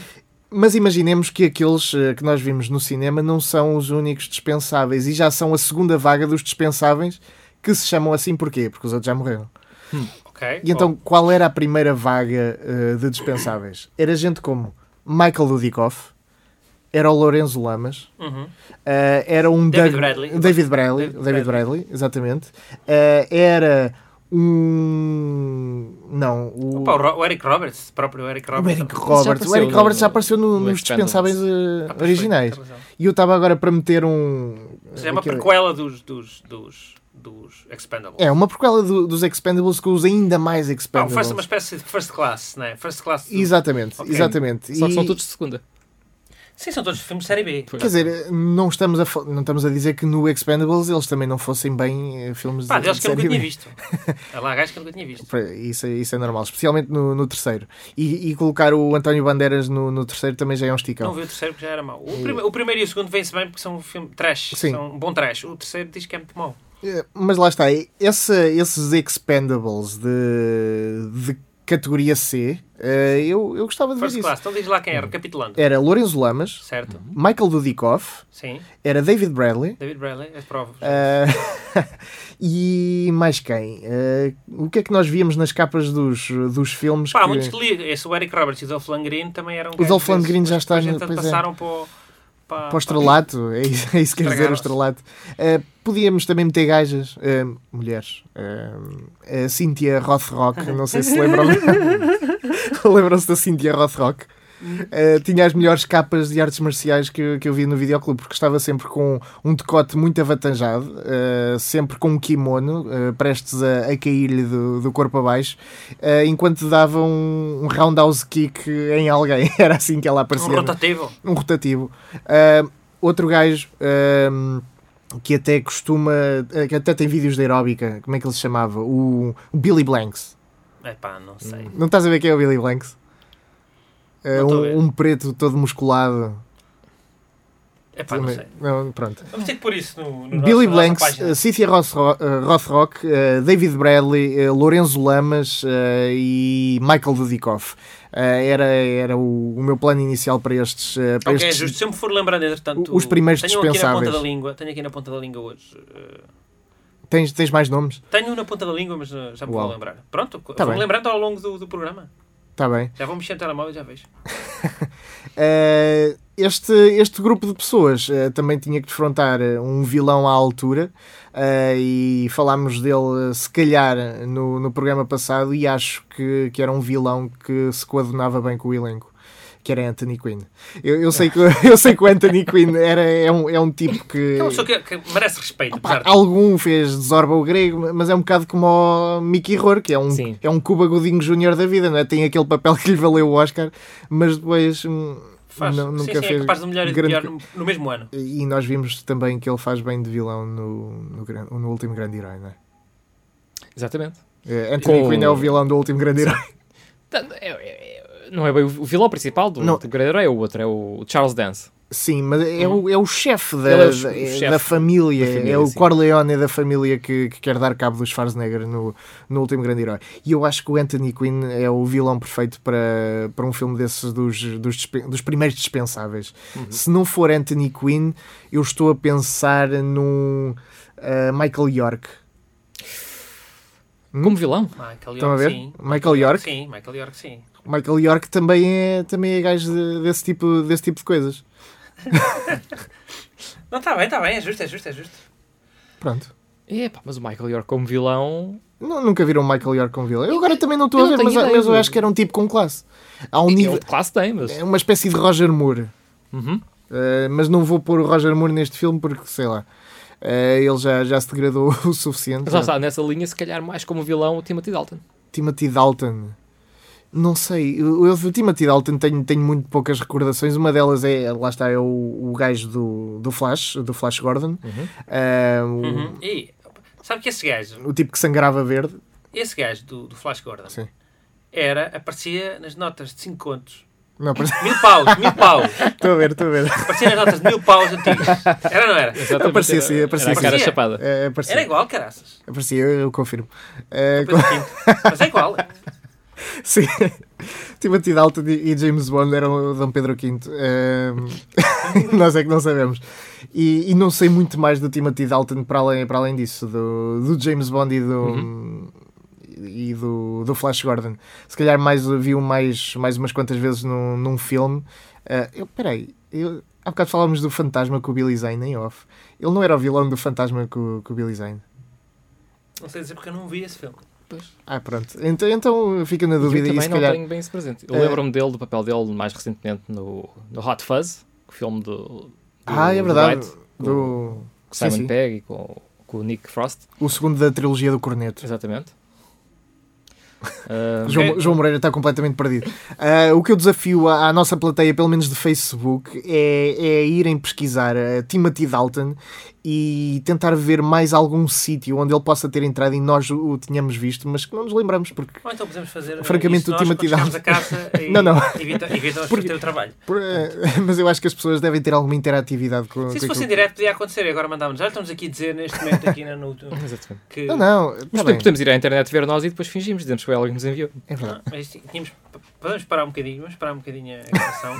Mas imaginemos que aqueles eh, que nós vimos no cinema não são os únicos dispensáveis e já são a segunda vaga dos dispensáveis que se chamam assim porquê? Porque os outros já morreram.
Ok.
E então qual era a primeira vaga eh, de dispensáveis? Era gente como Michael Dudikoff, era o Lourenço Lamas,
Oh, uhum.
eh, era um
David
Doug-
Bradley.
David Bradley,
David
David Bradley, exatamente. Eh, era um não, o,
Opa, o Ro- o Eric Roberts, próprio Eric
o
Roberts.
Eric
Ah,
Roberts.
apareceu
O Eric
no-
Roberts já apareceu no-
no
nos dispensáveis eh,
perfeito,
originais.
tem razão.
E eu estava agora para meter um.
Mas é uma
aquele-
prequela dos, dos, dos, dos Expendables.
É, uma prequela do- dos Expendables que usa ainda mais
Pá, o
Expendables.
first, uma espécie de first class, né? First class. do-
Exatamente,
Ok.
exatamente.
Só que são
E-
todos de segunda.
Sim, são todos filmes de série B.
Quer dizer, não estamos, a, fa- não estamos a dizer que no Expendables eles também não fossem bem eh, filmes
Pá, um
de-
deles
de
que eu nunca
série
tinha
B.
visto. Há lá gajos que eu nunca tinha visto.
Isso, é- isso é normal, especialmente no, no terceiro. E, e colocar o António Bandeiras no, no terceiro também já é um
Não
esticão.
vi o terceiro porque já era mau. O, prime- o primeiro e o segundo vêm-se bem porque são um filme trash.
Sim.
São um bom trash. O terceiro diz que é muito mau.
Eh, Mas lá está, essa- esses Expendables de, de categoria C, eh, eu, eu gostava de ver
First
isso. Uhum.
class. Então diz lá quem é, recapitulando.
Era Lourenço Lamas,
Certo?
Michael Dudikoff,
Sim.
era David Bradley.
David Bradley, as provas.
Ah, (laughs) e mais quem? Ah, o que é que nós víamos nas capas dos, dos filmes?
Pá, há
que-
muitos que ligam. Esse o Eric Roberts e o Dolph Lundgren também eram.
Dolph Lundgren já está
A
no-
gente
pois é.
passaram para um o, para,
Para o estrelato, é isso, é isso que quer dizer o estrelato. Eh, podíamos também meter gajas, eh, mulheres. Eh, a Cynthia Rothrock, não sei se (laughs) lembram. Lembram-se da Cynthia Rothrock? Eh, tinha as melhores capas de artes marciais que, eu- que eu vi no videoclube, porque estava sempre com um decote muito avatanjado, eh, sempre com um kimono, eh, prestes a, a cair-lhe do, do corpo abaixo, eh, enquanto dava um, um roundhouse kick em alguém. (laughs) Era assim que ela aparecia.
um rotativo.
um rotativo. Ah, outro gajo ahm, que até costuma, ah, que até tem vídeos de aeróbica, como é que ele se chamava? O, o Billy Blanks.
É pá, não sei.
Não estás a ver quem é o Billy Blanks? Ah,
Não estou a ver.
um, um preto todo musculado.
É pá, não
Também-
sei.
não, pronto.
Vamos ter que pôr isso no,
Billy
no nosso, na nossa
Blanks,
página.
ah, Cynthia Rothro- ah, Rothrock, ah, David Bradley, ah, Lorenzo Lamas ah, e Michael Dudikoff. Ah, era era o, o meu plano inicial para estes, ah, para
Ok, é
estes
justo. Se eu me for lembrando, entretanto.
Os primeiros
tenho aqui na ponta
dispensáveis.
da língua Tenho aqui na ponta da língua hoje. eh,
Tens, tens mais nomes?
Tenho na ponta da língua, mas eh, já me vou
Uau.
lembrar. Pronto,
Tá
vou
bem.
lembrando ao longo do, do programa.
Está Tá bem.
Já vou mexer no telemóvel e já vejo.
Eh, este, este grupo de pessoas eh, também tinha que defrontar eh, um vilão à altura eh, e falámos dele, eh, se calhar, no, no programa passado. E acho que, que era um vilão que se coadunava bem com o elenco. Que era Anthony Quinn. Eu, eu sei, que, eu sei que o (laughs) Anthony Quinn era, é, um, é um tipo que.
É uma pessoa que, é que merece respeito, apesar
Pá,
de.
algum fez Zorba o Grego, mas é um bocado como o Mickey Rourke, é um,
Sim.
é um Cuba Godinho Júnior da vida, não é? Tem aquele papel que lhe valeu o Oscar, mas depois hum,
Faz.
não-
sim,
nunca
sim,
fez.
é capaz de melhor e de
grande
pior
co-
no, no mesmo ano.
E nós vimos também que ele faz bem de vilão no, no, gran- no último grande herói, não é?
Exatamente.
Eh, Anthony
Com-
Quinn é o vilão do último grande herói.
Portanto, é- é- é- Não é bem o o vilão principal do
Não.
do Grey Herói, é o outro, é o Charles Dance.
(laughs) Sim, mas é o, é o chefe da,
Ele é o che-
da-
o chefe
da família,
da família,
é o
sim.
Corleone da família que, que quer dar cabo dos Schwarzenegger no, no último grande herói. E eu acho que o Anthony Quinn é o vilão perfeito para, para um filme desses dos, dos, dispen- dos primeiros dispensáveis. Se não for Anthony Quinn, eu estou a pensar num ah, Michael York. Hum?
Como vilão?
Michael
Estão a
York,
ver?
sim.
Michael York?
Sim, Michael York, sim.
Michael York também é, também é gajo de- desse, tipo, desse tipo de coisas.
Não, está bem, está bem, é justo, é justo, é justo.
Pronto.
É, pá, mas o Michael York como vilão.
Nu- nunca viram um Michael York com vilão. Eu agora também não estou
eu
a
não
ver, mas,
tenho ideia
mas eu
de-
acho que era um tipo com classe. Há um
Ele
nível.
de classe tem, mas.
É uma espécie de Roger Moore.
Uhum.
Uh, mas não vou pôr o Roger Moore neste filme porque, sei lá, uh, ele já, já se degradou (laughs) o suficiente.
Mas lá está, nessa linha, se calhar mais como vilão o Timothy Dalton.
Timothy Dalton. Não sei, eu eu do Timothy Dalton tenho, tenho muito poucas recordações. Uma delas é, lá está, é o, o gajo do, do Flash, do Flash Gordon. Uh, o-
Uhum. E sabe que esse gajo,
o, tipo que sangrava verde.
esse gajo do, do Flash Gordon,
Sim.
era, aparecia nas notas de 5 contos.
Não, parece-
Mil paus, mil
(laughs)
paus.
estou a ver, estou a ver.
Aparecia nas notas de mil
(laughs)
paus antigas. Era ou não era?
(laughs)
Exatamente,
Aparecia,
era-
sim,
era
aparecia,
sim.
a cara
Aparecia.
chapada.
É, é parecido.
Era igual, caraças.
Aparecia, eu, eu confirmo. Uh,
Depois do quinto. Mas é igual.
Sim. (laughs) Tipo, Timothy Dalton e e James Bond eram o Dom Pedro V. Ehm, (laughs) nós é que não sabemos. E, e não sei muito mais do Timothy Dalton para além, para além disso, do, do James Bond e do.
Uhum.
E do, do Flash Gordon. Se calhar mais viu mais, mais umas quantas vezes num, num filme. Ah, eu, peraí, eu, há bocado falámos do fantasma com o Billy Zane em off. Ele não era o vilão do fantasma com, com o Billy Zane.
Não sei dizer porque eu não vi esse filme.
Ah, pronto. Então, então fica na
Eu
dúvida. e
também
se
não
calhar...
tenho bem esse presente. Eu
É.
lembro-me dele, do papel dele mais recentemente no, no Hot Fuzz, o filme do. do-
Ah, é
do
verdade.
Wright, com-
Do...
com Simon
sim.
Pegg e com, com o Nick Frost.
O segundo da trilogia do Corneto.
(laughs) Exatamente. Ah,
João, João Moreira está completamente perdido. Ah, o que eu desafio à, à nossa plateia, pelo menos de Facebook, é, é irem pesquisar a Timothy Dalton e tentar ver mais algum sítio onde ele possa ter entrado e nós o, o tínhamos visto, mas que não nos lembramos, porque
Ou então podemos fazer. eh,
Francamente, o
isso nós,
Timothy
quando chegarmos
Dalton- (laughs)
a casa e
Não, não.
evita- evitamos
Porque-
fazer o trabalho.
por- ah, (laughs) mas eu acho que as pessoas devem ter alguma interatividade com,
Se
com
isso fosse em
aquilo.
direto, podia acontecer. E agora mandámos. Já estamos aqui a dizer neste momento, aqui na no,
Exatamente. Tá
que.
Não, não,
Mas
está
também
bem.
podemos ir à internet ver nós e depois fingimos, dizemos que foi alguém que nos enviou.
É verdade.
Ah, Mas tínhamos, vamos parar um bocadinho, vamos parar um bocadinho a gravação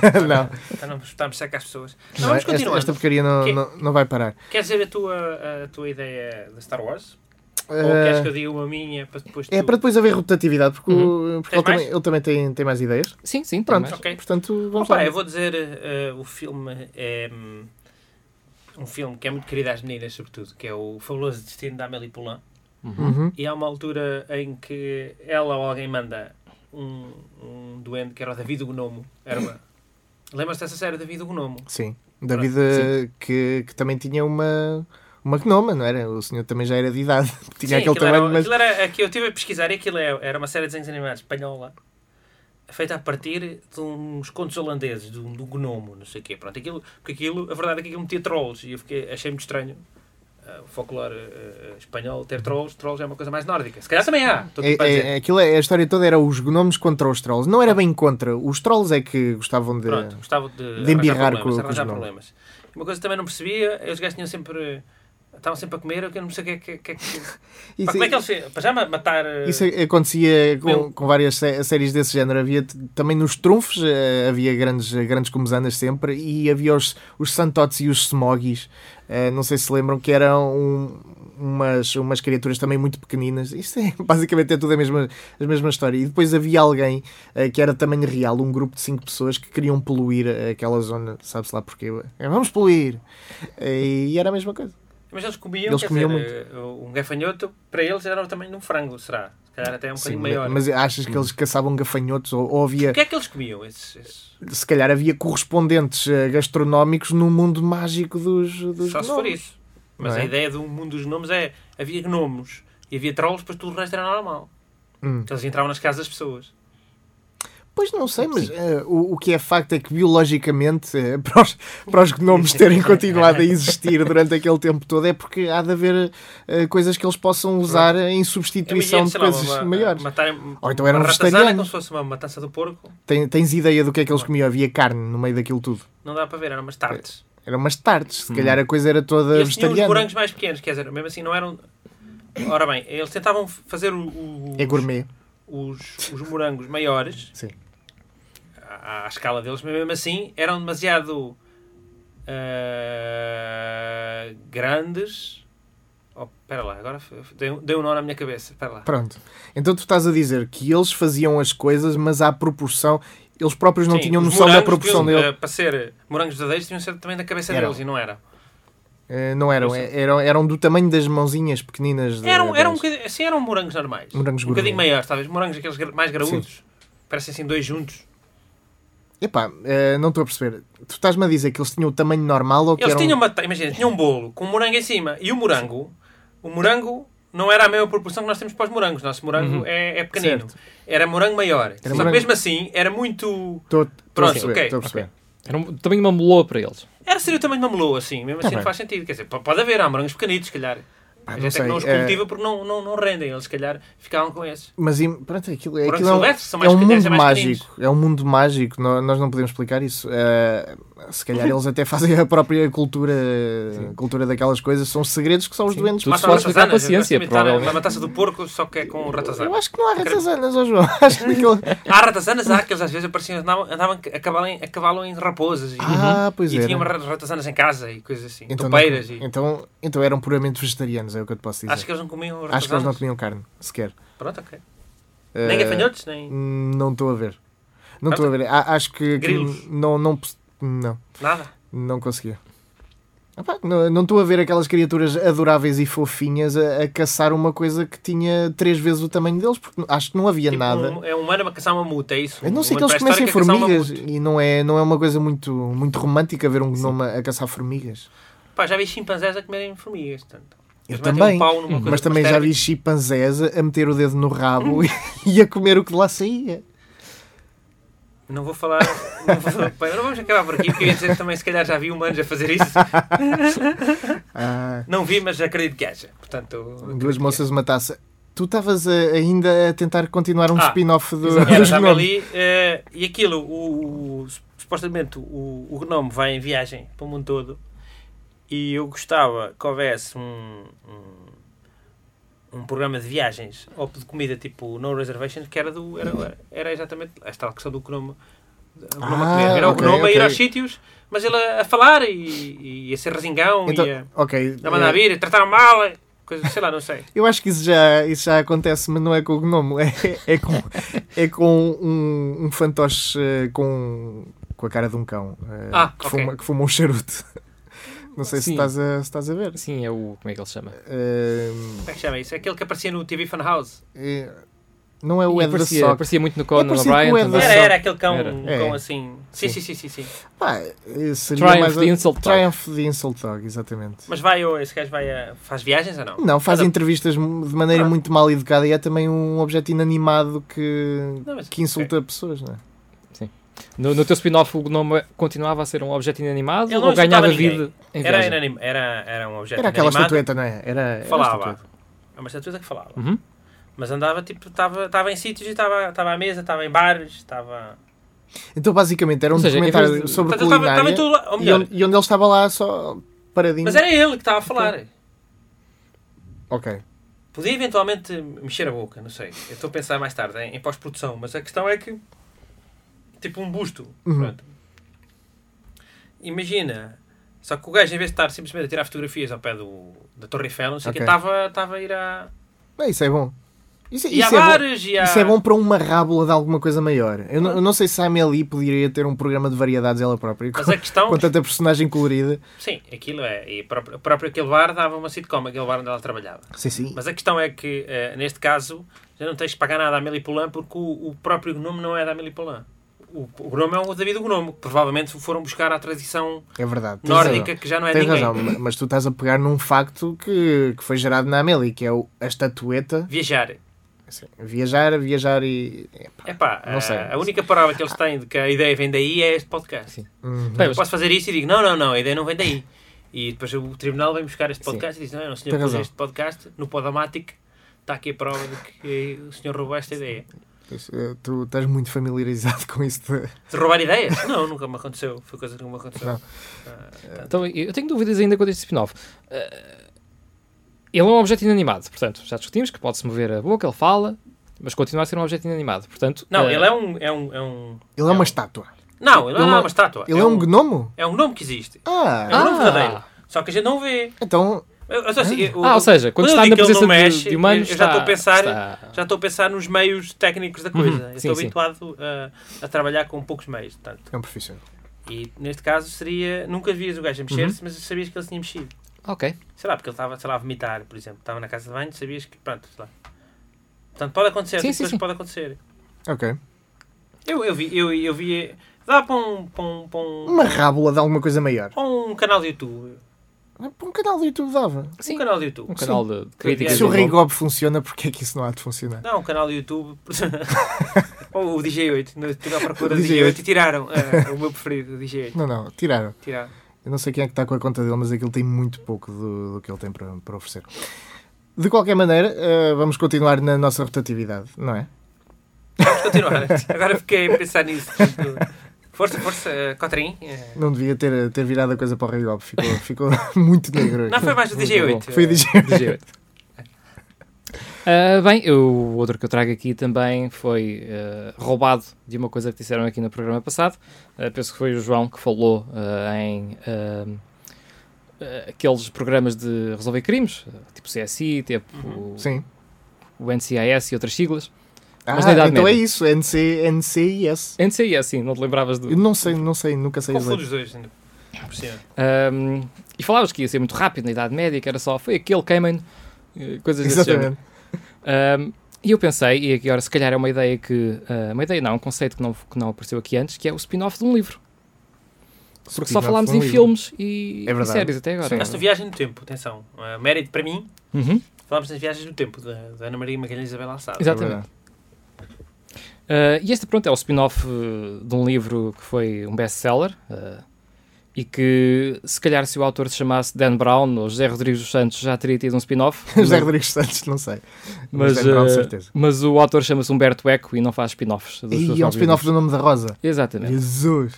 (laughs)
para
Não.
para não estarmos seca às pessoas. Não,
Não,
vamos
esta,
continuar.
esta porcaria não,
Que-
não, não vai parar.
Quer dizer a tua, a tua ideia de Star Wars? Ou
Ah,
queres que eu diga uma minha para depois
Eh, É
tu-
para depois haver rotatividade, porque, o- porque ele,
Uhum. Tens
também,
mais?
ele também tem, tem mais ideias.
Sim, sim, tem
Pronto,
mais.
Ok.
portanto, vamos
Opa,
lá.
eu vou dizer, eh, o filme é hum, um filme que é muito querido às meninas, sobretudo, que é o Fabuloso Destino da Amélie Poulain.
Uhum.
E há uma altura em que ela ou alguém manda um, um duende que era o David o Gnomo. Era uma... Lembras-te dessa série David o Gnomo?
Sim. David, eh, Que, que também tinha uma, uma gnoma, não era? O senhor também já era de idade. (laughs) Tinha
Sim,
aquele
aquilo
tamanho,
era,
mas.
aquilo era- aqui eu estive a pesquisar e aquilo é- era uma série de desenhos animados espanhola feita a partir de uns contos holandeses, de um, do gnomo, não sei o quê. Pronto, aquilo, porque aquilo, a verdade é que aquilo metia trolls e eu fiquei, achei muito estranho ah, o folclore ah, ah, espanhol ter trolls. Trolls é uma coisa mais nórdica. Se calhar também há, estou
Uhum. É,
tipo a dizer.
é- aquilo é- a história toda era os gnomos contra os trolls. Não era bem contra. Os trolls é que gostavam de.
Pronto, gostava de, arranjar
embirrar
problemas,
com- com
arranjar
os nomes.
problemas. Uma coisa que também não percebia, os gajos tinham sempre. Estavam sempre a comer, eu que eu não sei o que é que. que, é
(laughs)
que- Pá,
Isso,
como é que eles. fe- Para já ma- matar. eh,
isso acontecia com,
Meu.
com várias sé- séries desse género. Havia t- também nos trunfos, eh, havia grandes, grandes comezanas sempre, e havia os, os santotes e os smoggies. Eh, não sei se lembram que eram um- umas, umas criaturas também muito pequeninas. Isto é (laughs) basicamente é tudo a mesma, a mesma história. E depois havia alguém eh, que era de tamanho real, um grupo de cinco pessoas que queriam poluir eh, aquela zona, sabe-se lá porquê. Eh, Vamos poluir! Eh, E era a mesma coisa.
Mas eles comiam,
Eles
quer
comiam
dizer, eh, um gafanhoto, para eles era também um frango, será? Se calhar até um
Sim,
bocadinho maior.
mas é- achas que eles caçavam gafanhotos ou, ou havia
O que é que eles comiam? Esses, esses-
se calhar havia correspondentes eh, gastronómicos no mundo mágico dos, dos
Só se for
gnomos.
isso. Mas
Não é?
a ideia de um mundo dos gnomos é. Havia gnomos e havia trolls, depois tudo o resto era normal.
Hum.
Eles entravam nas casas das pessoas.
Pois não sei, mas eh, o, o que é facto é que biologicamente, eh, (laughs) para, os, para os
(laughs)
gnomos terem continuado a existir durante aquele tempo todo, é porque há de haver eh, coisas que eles possam usar em substituição
Imagina,
de
sei lá,
coisas
uma-
maiores.
Matarem,
Ou então eram
uma ratazana,
vegetarianos.
como se fosse uma matança do porco.
Tem- tens ideia do que é que eles comiam? Havia carne no meio daquilo tudo.
Não dá para ver, eram umas
É.
tartes.
Eram umas tartes, se calhar a coisa era toda
Hum. E eles tinham os
vegetariana.
morangos mais pequenos, quer dizer, mesmo assim não eram. Ora bem, eles tentavam fazer o- o-
É gourmet.
os, os morangos maiores
Sim.
à, à escala deles, mas mesmo assim eram demasiado ah, grandes. Oh, espera lá, agora f- f- dei, um- dei um nó na minha cabeça. Espera lá.
Pronto. Então tu estás a dizer que eles faziam as coisas, mas à proporção. Eles próprios não
Sim,
tinham
os
noção da
morangos
proporção
tinham,
dele.
ah, para ser morangos verdadeiros, tinham de ser também da cabeça
Eram.
deles e não era.
Eh, não eram,
Eu sei.
eh, eram, eram do tamanho das mãozinhas pequeninas. de-
Eram, eram, um
das-
bocadinho- assim, eram morangos normais.
Morangos
um bocadinho
gourmet.
maiores, talvez. Morangos aqueles gra- mais graúdos. Parecem assim dois juntos.
Epá, eh, não estou a perceber. Tu estás-me a dizer que eles tinham o tamanho normal ou que
Eles
eram.
tinham uma. ta- Imagina, tinham um bolo com um morango em cima. E o morango. O morango não era a mesma proporção que nós temos para os morangos. Nosso morango é, é pequenino. Era morango maior. Só
Uhum. morango-
que mesmo assim era muito.
Estou estou a
Pronto,
perceber.
ok,
estou a perceber.
Era um, também uma meloa para eles.
Era seria o tamanho de uma meloa, assim. Mesmo
Tá
assim
bem.
não faz sentido. Quer dizer, p- pode haver, há morangos pequenitos, se calhar.
Pá,
A
não
gente é
sei,
que não os
eh,
cultiva porque não, não, não rendem. Eles, se calhar, ficavam com esses.
Mas im- pronto, aquilo, aquilo
Morangos
é um,
silvestres são
é
mais
um
pequeninos,
mundo
é mais pequeninos.
mágico. É um mundo mágico. nó- Nós não podemos explicar isso. Eh, se calhar eles até (laughs) fazem a própria cultura, cultura daquelas coisas. São segredos que são os doentes.
Tudo
Matam
se pode explicar com a
ratazanas,
ciência,
eu gosto de imitar
provavelmente.
a matança do porco, só que é com
Eu
ratazana.
acho que não há ratazanas, ó João. (laughs) Acho que
(laughs)
aquilo-
Há ratazanas, há aqueles às vezes apareciam, andavam, andavam a, cavalo em, a cavalo em raposas. E,
Ah, pois
e
é.
tinham ra- ratazanas em casa e coisas assim.
Então,
topeiras e...
então, então eram puramente vegetarianos, é o que eu te posso dizer.
Acho que eles não comiam ratazanas.
Acho que eles não comiam carne, sequer.
Pronto, ok.
Eh,
Nem gafanhotos, nem
hum, Não estou a ver. Não estou a ver. A- acho que, que
Grilos.
não, não, pos- não,
nada.
não conseguia. Epá, não- não estou a ver aquelas criaturas adoráveis e fofinhas a, a caçar uma coisa que tinha três vezes o tamanho deles, porque acho que não havia
Tipo,
nada.
um- é um humano a caçar uma mamuta, é isso?
Eu não sei
Um
que eles
humano
comessem
pré-histórico a caçar um
formigas
mamute.
e não é, não é uma coisa muito, muito romântica ver um gnome a- a caçar formigas.
Pá, já vi chimpanzés a comerem formigas. Tanto.
Eu
metem
também.
Um pau numa coisa
Mas também já vi chimpanzés a a meter o dedo no
(laughs)
rabo e- e a comer o que lá saía.
Não vou falar. Não, vou falar Bem, não vamos acabar por aqui, porque eu ia dizer que também se calhar já vi humanos a fazer isso.
(laughs) Ah,
Não vi, mas acredito que haja. Portanto, acredito
duas
que
moças, uma taça. Tu estavas a- ainda a tentar continuar um
Ah,
spin-off do,
Era,
dos
estava
gnomos.
ali, eh, e aquilo, o, o- supostamente o, o Gnome vai em viagem para o mundo todo e eu gostava que houvesse um, um, um programa de viagens ou de comida tipo No Reservations que era, do, era, era exatamente esta tal questão do Gnome. do Gnome a
Ah,
comer. Era o
ok,
Gnome a ir
ok.
aos sítios, mas ele a, a falar e, e a ser resingão
Então,
e a,
ok.
a mandar
eh,
vir, a tratar mal. coisa, sei lá, não sei.
Eu acho que isso já, isso já acontece, mas não é com o gnomo, é, é com, é com um, um fantoche eh, com, com a cara de um cão eh,
Ah,
que,
ok.
fuma, que fuma um charuto. Não sei se
Sim.
estás, a, se estás a ver.
Sim, é o. Como é que ele se chama?
Ehm,
Como é que chama isso? É aquele que aparecia no TV Fun House.
eh, não é o
E
Ed the
aparecia,
Sock.
aparecia muito no Conan
parecido com o
O'Brien.
Ed the
também.
Era, era aquele cão,
Era.
um
É.
cão assim. Sim, sim, sim, sim, sim.
Pá, eh, seria
Triumph
mais a-
the Insult Dog.
Triumph the Insult Dog, exatamente.
Mas vai, ou esse gajo vai a. faz viagens ou não?
Não, faz
Ah, não.
entrevistas de maneira
Ah.
muito mal educada e é também um objeto inanimado que,
Não, mas-
que insulta pessoas, não é?
No, no teu spin-off, o Gnome continuava a ser um objeto inanimado
Ele não
ou
insultava
ganhava
ninguém.
vida em
é. Era,
viagem?
inanim- era, era um objeto
Era aquela
inanimado.
estatueta, não é? Era, era a
Falava.
estatueta.
É uma estatueta que falava.
Uhum.
Mas andava, tipo, estava tava em sítios e estava tava à mesa, estava em bares, estava...
Então, basicamente, era um
Ou seja, em vez
documentário
de-
sobre
Portanto, ele
culinária
Estava estava em tudo lá, ou
e
melhor...
onde, e onde ele estava lá só paradinho.
Mas era ele que estava a
Então,
falar.
Ok.
Podia eventualmente mexer a boca, não sei. Eu estou a pensar mais tarde em, em pós-produção, mas a questão é que... Tipo um busto.
Uhum.
Pronto. Imagina... Só que o gajo, em vez de estar simplesmente a tirar fotografias ao pé do, da Torre Eiffel, não sei o que,
Ok.
estava estava a ir a...
Bem, isso é bom. Isso,
E há
isso é bom.
bares, e há...
Isso é bom para uma rábula de alguma coisa maior. Eu, não- eu não sei se a Amélie poderia ter um programa de variedades ela própria, com,
Mas é
(laughs)
a questão...
com tanta personagem colorida.
Sim, aquilo é... E próprio, próprio aquele bar dava uma sitcom, aquele bar onde ela trabalhava.
Sim, sim.
Mas a questão é que, eh, neste caso, já não tens que pagar nada à Melipolan porque o, o próprio Gnome não é da Melipolan. O, o Gnome é o David Gnome, que provavelmente foram buscar a tradição
É verdade. tens
nórdica
razão.
que já não é de
Tens
ninguém.
razão, ma- mas tu estás a pegar num facto que, que foi gerado na Amélie, que é o- a estatueta.
Viajar.
Assim, viajar, viajar e.
É pá,
Não sei.
a, a única palavra que eles têm de que a ideia vem daí é este podcast.
Sim.
Uhum.
Bem,
Eu
mas
posso fazer isso e digo, não, não, não, a ideia não vem daí. E depois o tribunal vem buscar este
Sim.
podcast e diz, não, não, o
Tem
senhor pôs
razão.
este podcast no Podomatic, está aqui a prova de que o senhor roubou esta ideia.
Pois, eh, Tu estás muito familiarizado (laughs) com isso. de-
De roubar ideias? Não, nunca me aconteceu. Foi coisa que nunca me aconteceu.
Não.
Ah,
Então, eu tenho dúvidas ainda quanto a este spin-off. Eh, ele é um objeto inanimado, portanto, já discutimos que pode-se mover a boca, ele fala, mas continua a ser um objeto inanimado. Portanto,
Não,
eh,
ele é um, é um. é um-
Ele é uma estátua.
Não,
Ele
ele, não é
é-
uma estátua.
Ele é um gnomo?
É um nome que existe. É um
Ah,
Ah.
nome verdadeiro. Só que a gente não vê.
então.
Eu- eu só sei- eu-
Ah, ou seja, quando está
eu
na
digo que tipo, ele
presença
não mexe,
de, de humanos,
eu já estou a
está-
pensar.
está-
Já estou a pensar nos meios técnicos da coisa.
Uhum,
Eu
sim,
estou
sim.
habituado a, a trabalhar com poucos meios. Portanto.
É um profissional.
E neste caso seria. Nunca vias o
Uhum.
gajo a mexer-se, mas sabias que ele se tinha mexido.
Ok.
Sei lá, porque ele estava sei lá, a vomitar, por exemplo. Estava na casa de banho, sabias que. Pronto, sei lá. Portanto, pode acontecer. tipo,
Sim, sim,
coisas
sim.
Pode acontecer.
Ok.
Eu, eu vi. Eu, eu vi dá para um, para um, para um,
Uma rábula de alguma coisa maior.
para um canal de YouTube.
Para um canal do YouTube dava.
Sim.
Um canal do YouTube.
Um canal de, de
É,
críticas.
Se o
do
Rei (laughs)
Globo.
Gob funciona, porque é que isso não há de funcionar?
Não, um canal do YouTube.
(laughs)
Ou o DJ8. não, Estive à procura
O
do
DJ8.
DJ8 e tiraram. é, o meu preferido, o DJ8.
Não, não, tiraram.
Tiraram.
Eu não sei quem é que está com a conta dele, mas aquilo tem muito pouco do, do que ele tem para, para oferecer. De qualquer maneira, eh, vamos continuar na nossa rotatividade, não é?
Vamos
(laughs)
continuar. Agora fiquei a pensar nisso. Força, força, eh, Cotrim. eh.
Não devia ter, ter virado a coisa para o Rei Gob,
(laughs)
ficou, ficou (laughs) muito negro.
Não foi mais o DJ8.
Foi dizer.
DG8. Ah, bem, eu- o outro que eu trago aqui também foi ah, roubado de uma coisa que disseram aqui no programa passado. Ah, penso que foi o João que falou ah, em ah, ah, aqueles programas de resolver crimes, ah, tipo CSI, tipo o-
Sim.
o, NCIS e outras siglas.
Ah,
Mas na Idade
então é
Média.
isso, NC, NCIS.
NCIS, sim, não te lembravas do.
Eu não sei, não sei, nunca sei as
Confundo
letras.
os dois. né? ainda por cima.
Ahm, e falavas que ia ser muito rápido na Idade Média, que era só, foi aquele queimem, coisas desse género.
Exatamente.
Um, e eu pensei, e agora se calhar é uma ideia que. ah, uma ideia não, um conceito que não, que não apareceu aqui antes, que é o spin-off de um livro. Porque só
Spin-off
falámos
de um
em
livro.
filmes e,
É
e
verdade.
séries até agora.
Esta viagem no tempo, atenção. eh, mérito para mim.
É
Uhum,
Falámos das viagens no tempo da, da Ana Maria Magalhães e Isabel Alçada.
É
exatamente.
verdade.
Ah, e este, pronto, é o spin-off ah, de um livro que foi um best-seller ah, e que, se calhar, se o autor se chamasse Dan Brown ou José Rodrigues dos Santos, já teria tido um spin-off.
(laughs) José Rodrigues Santos, não sei. é
mas,
Dan Brown,
ah,
certeza.
mas o autor chama-se Humberto Eco e não faz spin-offs. dos seus
E é um
próprios
spin-off do nome da Rosa.
livros. Exatamente.
Jesus.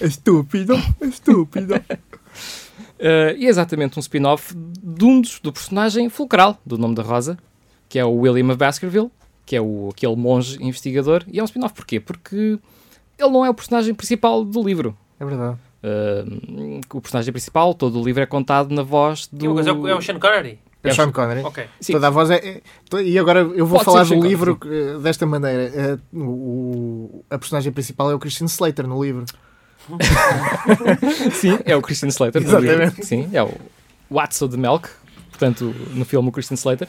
É Estúpido, é
(laughs)
estúpido.
Uh, e é exatamente um spin-off de um dos, do personagem fulcral do nome da Rosa, que é o William of Baskerville, que é o, aquele monge investigador. E é um spin-off porquê? Porque ele não é o personagem principal do livro.
É verdade.
Uh, o personagem principal, todo o livro é contado na voz
E o
do.
gajo É o, é o Sean Connery.
É o Sean Connery.
Ok.
Sim.
Toda a voz é. é- to- e agora eu vou
Pode
falar
ser
do
Sean
livro que, eh, desta maneira. Eh, o- o- a personagem principal é o Christian Slater no livro.
Sim, é o Christian Slater.
Exatamente.
Sim, é o What's of the Milk. Portanto, no filme o Christian Slater.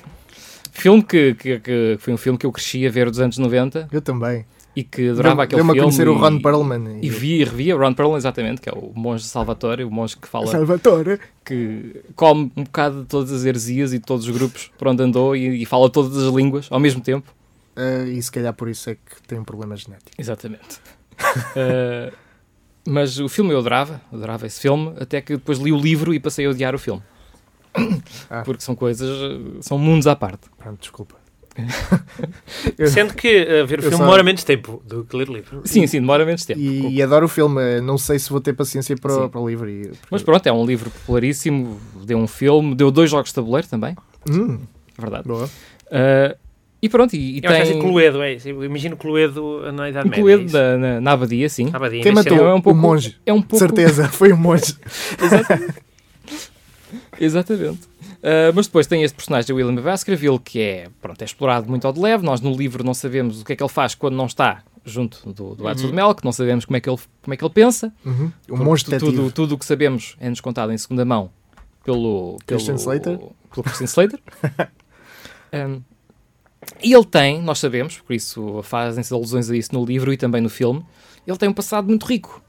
Filme que, que, que foi um filme que eu cresci a ver dos anos 90
Eu também.
e que adorava
Deu-
aquele
Deu-me
filme.
a conhecer o Ron
e-
Perlman.
E vi e revia o Ron Perlman, exatamente, que é o monge de Salvatore, o monge que fala
Salvatore.
que come um bocado de todas as heresias e de todos os grupos por onde andou e, e fala todas as línguas ao mesmo tempo.
Eh, e se calhar por isso é que tem um problema genético.
Exatamente. (laughs) Uh, mas o filme eu adorava, adorava esse filme, até que depois li o livro e passei a odiar o filme.
(coughs) Ah.
Porque são coisas, uh, são mundos à parte.
Pronto, desculpa.
Sendo que eh, ver o
Eu
filme
só-
demora menos tempo do que ler livro.
Sim, sim, demora menos tempo.
E, e adoro o filme. Eh, Não sei se vou ter paciência para, o-
É, Sim.
para o livro. E, porque-
Mas pronto, é um livro popularíssimo, deu um filme, deu dois jogos de tabuleiro também,
Hum,
é verdade.
boa.
Uh, e pronto, e, e
É uma espécie
tem
de Cluedo, é isso. Eu imagino Cluedo na Idade Média.
incluído
é isso.
da- na, na abadia, sim.
Ah, Badia,
Quem
mas
matou?
será-
É um
O
pouco,
monge.
É um pouco,
Certeza, foi um
(laughs)
monge.
Exatamente. Ah, mas depois tem este personagem do William Baskerville que é, pronto, é explorado muito ao de leve. Nós no livro não sabemos o que é que ele faz quando não está junto do, do Edson de Melk, não sabemos como é que ele, como é que ele pensa.
Uhum. O
Porque
monge
tu-
detetive.
tudo, tudo o que sabemos é-nos contado em segunda mão pelo, pelo
Christian Slater.
pelo Christian
(laughs)
Slater. Ahm, e ele tem, nós sabemos, por isso fazem-se alusões a isso no livro e também no filme, ele tem um passado muito rico.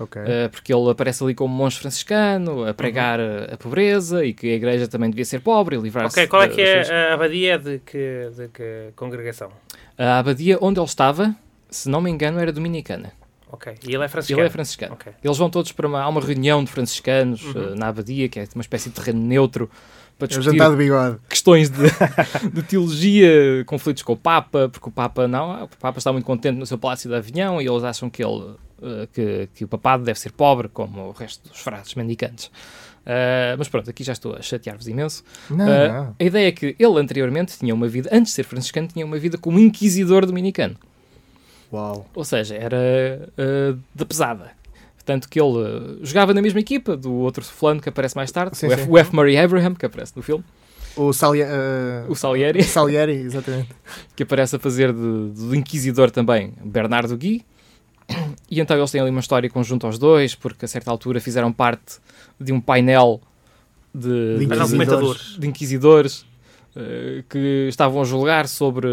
Ok.
Uh, porque ele aparece ali como monge franciscano a pregar uh, a pobreza e que a igreja também devia ser pobre e livrar-se.
Uhum. Ok, qual é
de-
que é
das-
a abadia de que, de que congregação?
A abadia onde ele estava, se não me engano, era dominicana.
Ok, e ele é
Ele
franciscano.
é franciscano.
Ok.
Eles vão todos para uma, há uma reunião de franciscanos
Uhum.
uh, na abadia, que é uma espécie de terreno neutro
É
para
o
discutir
jantar de bigode.
questões de, (laughs) de teologia, conflitos com o Papa, porque o Papa não, o Papa está muito contente no seu Palácio de Avignon e eles acham que ele eh, que, que o papado deve ser pobre, como o resto dos frades mendicantes. Ah, mas pronto, aqui já estou a chatear-vos imenso.
Não,
Ah,
não.
A ideia é que ele anteriormente tinha uma vida, antes de ser franciscano, tinha uma vida como inquisidor dominicano.
Uau.
Ou seja, era ah, da pesada. Tanto que ele ah, jogava na mesma equipa do outro fulano que aparece mais tarde,
Sim,
o, F,
sim.
o F. Murray Abraham, que aparece no filme,
O Salia, eh,
o Salieri.
Salieri, exatamente.
que aparece a fazer de, do Inquisidor também, Bernardo Gui. E então eles têm ali uma história conjunta aos dois, porque a certa altura fizeram parte de um painel de,
De
Mas não,
Inquisidores.
comentadores.
de inquisidores eh, que estavam a julgar sobre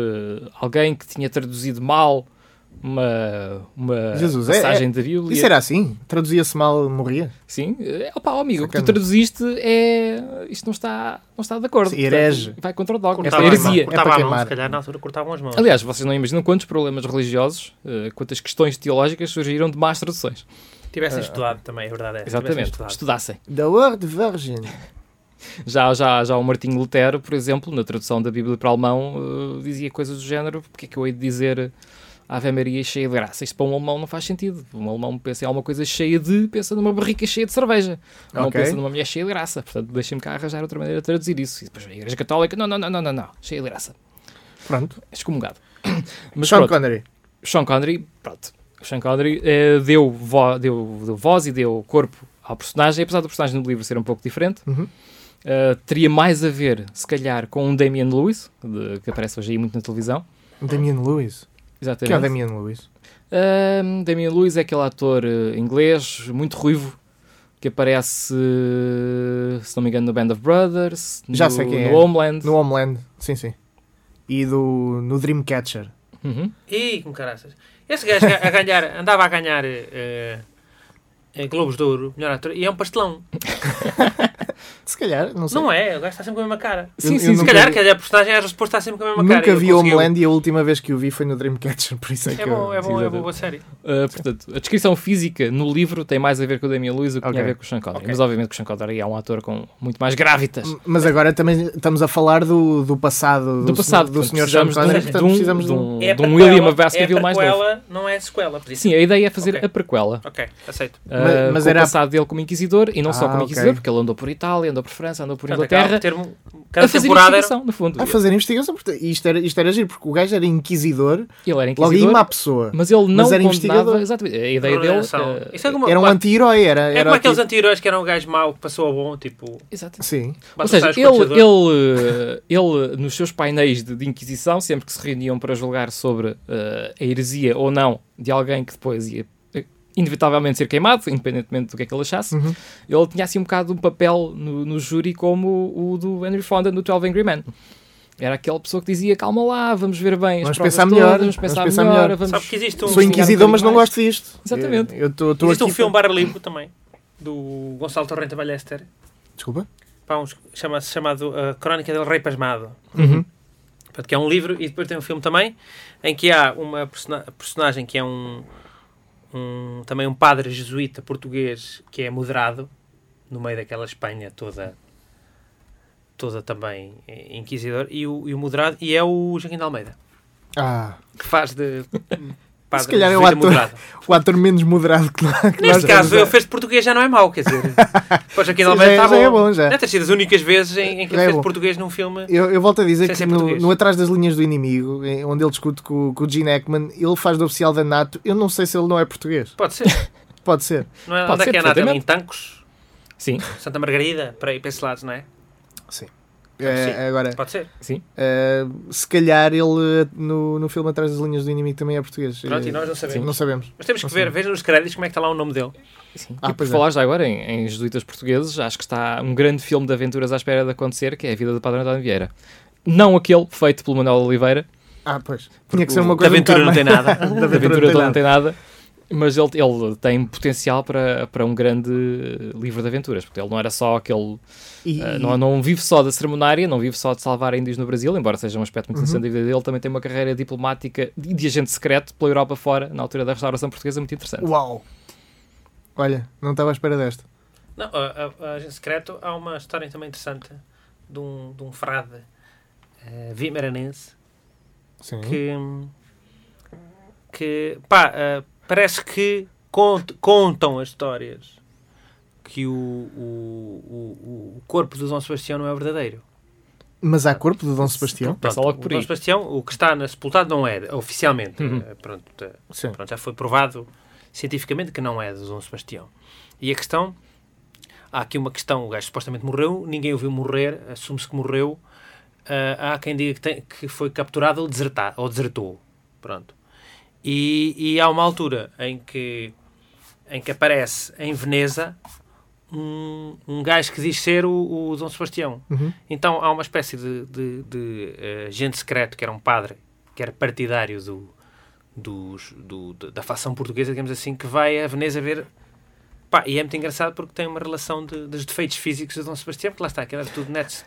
alguém que tinha traduzido mal uma, uma
Jesus, é-
passagem da Bíblia.
Isso era assim? Traduzia-se mal, morria?
Sim, eh, opa, ó amigo, o que tu
Sacana.
traduziste é. Isto não está, não está de acordo.
Sim, herege.
Portanto, Vai contra o dogma.
Cortava
é
a mão,
heresia.
É
Cortava
para
a mão,
queimar.
se calhar na altura cortavam as mãos.
Aliás, vocês não imaginam quantos problemas religiosos, eh, quantas questões teológicas surgiram de más traduções.
Tivessem estudado também, é verdade. É. Tivessem
Exatamente.
estudado.
Estudassem.
The Word Virgin.
Já, já, já o Martinho Lutero, por exemplo, na tradução da Bíblia para o alemão, eh, dizia coisas do género: porque é que eu hei de dizer Ave Maria cheia de graça? Isto para um alemão não faz sentido. Um alemão pensa em alguma coisa cheia de, pensa numa barrica cheia de cerveja. Não
Ok.
pensa numa mulher cheia de graça. Portanto, deixem-me cá arranjar outra maneira de traduzir isso. E depois a Igreja Católica: não, não, não, não, não, não. cheia de graça.
Pronto.
Excomungado. (clears throat) Mas
Sean
pronto.
Connery.
Sean Connery, pronto. O Sean Connery eh, deu, vo- deu- deu voz e deu corpo ao personagem, apesar do personagem no livro ser um pouco diferente.
Uhum.
eh, teria mais a ver, se calhar, com um Damian Lewis, de- que aparece hoje aí muito na televisão.
Damian Lewis. Quem é o
Exatamente.
Damian Lewis?
Ahm, Damian Lewis é aquele ator eh, inglês, muito ruivo, que aparece, eh, se não me engano, no Band of Brothers,
Já
no,
sei quem
no
é.
Homeland.
No Homeland. Sim, sim. E do, no Dreamcatcher.
Uhum.
Ih, como caraças. Esse gajo a ganhar, andava a ganhar eh, eh, Globos de Ouro, melhor ator, e é um pastelão.
Se calhar, não sei.
Não é, o gajo está sempre com a mesma cara.
eu
Sim, sim,
Se
sim.
nunca
calhar,
vi-
quer dizer, a personagem é resposta está sempre com a mesma cara.
Nunca
Ele
vi
conseguiu.
Homeland e a última vez que o vi foi no Dreamcatcher, por isso é,
É
que
bom,
eu-
é bom, é
exatamente.
boa série.
Uh, portanto, a descrição física no livro tem mais a ver com o Damian Lewis do que
Ok.
tinha a ver com o Sean Connery.
Ok.
Mas obviamente que o Sean Connery é um ator com muito mais grávidas.
Mas agora também estamos a falar do, do passado
Do passado,
do
portanto,
senhor Sean
precisamos
Connery,
de um-
portanto
de um-
precisamos
de um-
É a
de um
prequela,
William Baskerville
é a
mais
prequela, não é a sequela. Por isso.
Sim, a ideia é fazer
Ok.
a prequela.
Ok, aceito.
Uh, uh,
Mas- mas
com
era-
o passado dele como inquisidor, e não só
Ah,
como
ok.
inquisidor, porque ele andou por Itália, andou por França, andou por
Portanto,
Inglaterra,
acaba por ter um-
a
cada
fazer
temporada era,
investigação, no fundo.
A fazer investigação, portanto, isto era, isto era giro, porque o gajo era inquisidor,
Ele era
logo aí
inquisidor,
uma pessoa.
mas ele não
mas era
condenava...
investigador.
Exatamente, a ideia dele...
Relação.
eh,
Isso é como,
Era um
pá,
anti-herói, era.
é
era
como aqueles
tipo-
anti-heróis que eram um gajo mau que passou a bom, tipo.
Exato.
Sim.
Ou
basta
seja,
usar o
ele,
escorchador.
ele, eh, ele, nos seus painéis de, de Inquisição, sempre que se reuniam para julgar sobre eh, a heresia ou não de alguém que depois ia eh, inevitavelmente ser queimado, independentemente do que é que ele achasse,
Uhum.
ele tinha assim um bocado um papel no, no júri como o do Henry Fonda no 12 Angry Men. Era aquela pessoa que dizia, calma lá, vamos ver bem as
Vamos
provas
pensar
todas,
melhor,
vamos pensar melhor, vamos...
Sabe que existe um,
Sou inquisidor, mas não
mais.
gosto disto.
Exatamente.
Eu estou aqui.
existe um filme
para-
Bar Limpo também, do Gonçalo Torrente Ballester,
Desculpa.
pá, uns- um chama chamado uh, Crónica del Rei Pasmado.
Uhum.
Portanto, que é um livro e depois tem um filme também em que há uma persona- personagem que é um, um- também um padre jesuíta português que é moderado no meio daquela Espanha toda toda também eh, inquisidor e o, e o moderado e é o Joaquim de Almeida
Ah,
que
(laughs)
faz de hum, padre
Se calhar é o
jesuíta
ator. (laughs)
moderado.
o ator menos moderado que lá. que nós
Neste caso,
temos,
ele fez de português já não é mau, quer dizer. (laughs) Pois aqui
Sim,
de Almeida
já é-
está
já é
tá bom.
bom, já.
Deve ter sido as únicas vezes em, em que
Já
ele
é
fez de
bom.
português num filme.
Eu, eu volto a dizer
Sem
que
ser
no,
português.
no Atrás das Linhas do Inimigo, eh, onde ele discute com, com o Gene Hackman, ele faz do oficial da NATO. Eu não sei se ele não é português.
Pode ser.
Pode ser.
Não é,
Pode
onde é
ser,
que é nada? Em
perfeitamente.
Tancos?
Sim,
Santa Margarida, para aí para esse lado, não é?
Eh,
Ah, Sim.
agora,
Pode ser.
sim.
eh, se calhar ele eh, no, no filme Atrás das Linhas do Inimigo também é português.
Pronto,
Eh,
e nós não sabemos.
Não sabemos.
Mas temos que
Não
ver,
sei.
vejam nos créditos como é que está lá o nome dele.
Sim.
Ah,
e por
pois é.
falar já agora em, em jesuítas portugueses, acho que está um grande filme de aventuras à espera de acontecer, que é A Vida do Padre António Vieira. Não aquele feito pelo Manuel Oliveira,
Ah, pois. Tinha que ser
o-
uma
Da
coisa.
aventura
um
não tem
(laughs) bocado
nada.
mais-
da aventura
não tem
toda
nada.
não tem nada, mas ele, ele tem potencial para, para um grande eh, livro de aventuras, porque ele não era só aquele...
E-
eh, não, não vive só da cerimonária, não vive só de salvar índios no Brasil, embora seja um aspecto
Uhum.
muito interessante da vida dele, também tem uma carreira diplomática e de agente secreto pela Europa fora, na altura da restauração portuguesa, muito interessante.
Uau! Olha, não estava à espera desta.
Não, a, a, a Agente Secreto há uma história também interessante de um, de um frade eh, vimaranense
Sim.
que,
Hum?
que pá, eh, parece que cont- contam as histórias que o, o, o, o corpo do Dom Sebastião não é verdadeiro.
Mas há corpo do Dom Sebastião?
Passa
Pronto,
logo por
o Dom
aí.
Sebastião, o que está na sepultado não é, oficialmente.
Uhum.
eh, Pronto, eh,
Sim.
Pronto, já foi provado cientificamente que não é do Dom Sebastião. E a questão, há aqui uma questão, o gajo supostamente morreu, ninguém o viu morrer, assume-se que morreu, ah, há quem diga que, tem- que foi capturado ou, desertar, ou desertou, pronto. E, e há uma altura em que, em que aparece em Veneza um, um gajo que diz ser o, o Dom Sebastião.
Uhum.
Então há uma espécie de, de, de, eh, agente secreto, que era um padre, que era partidário do, dos, do- da- da facção portuguesa, digamos assim, que vai a Veneza ver. Pá, e é muito engraçado porque tem uma relação de, dos defeitos físicos de Dom Sebastião, porque lá está, que era tudo netos,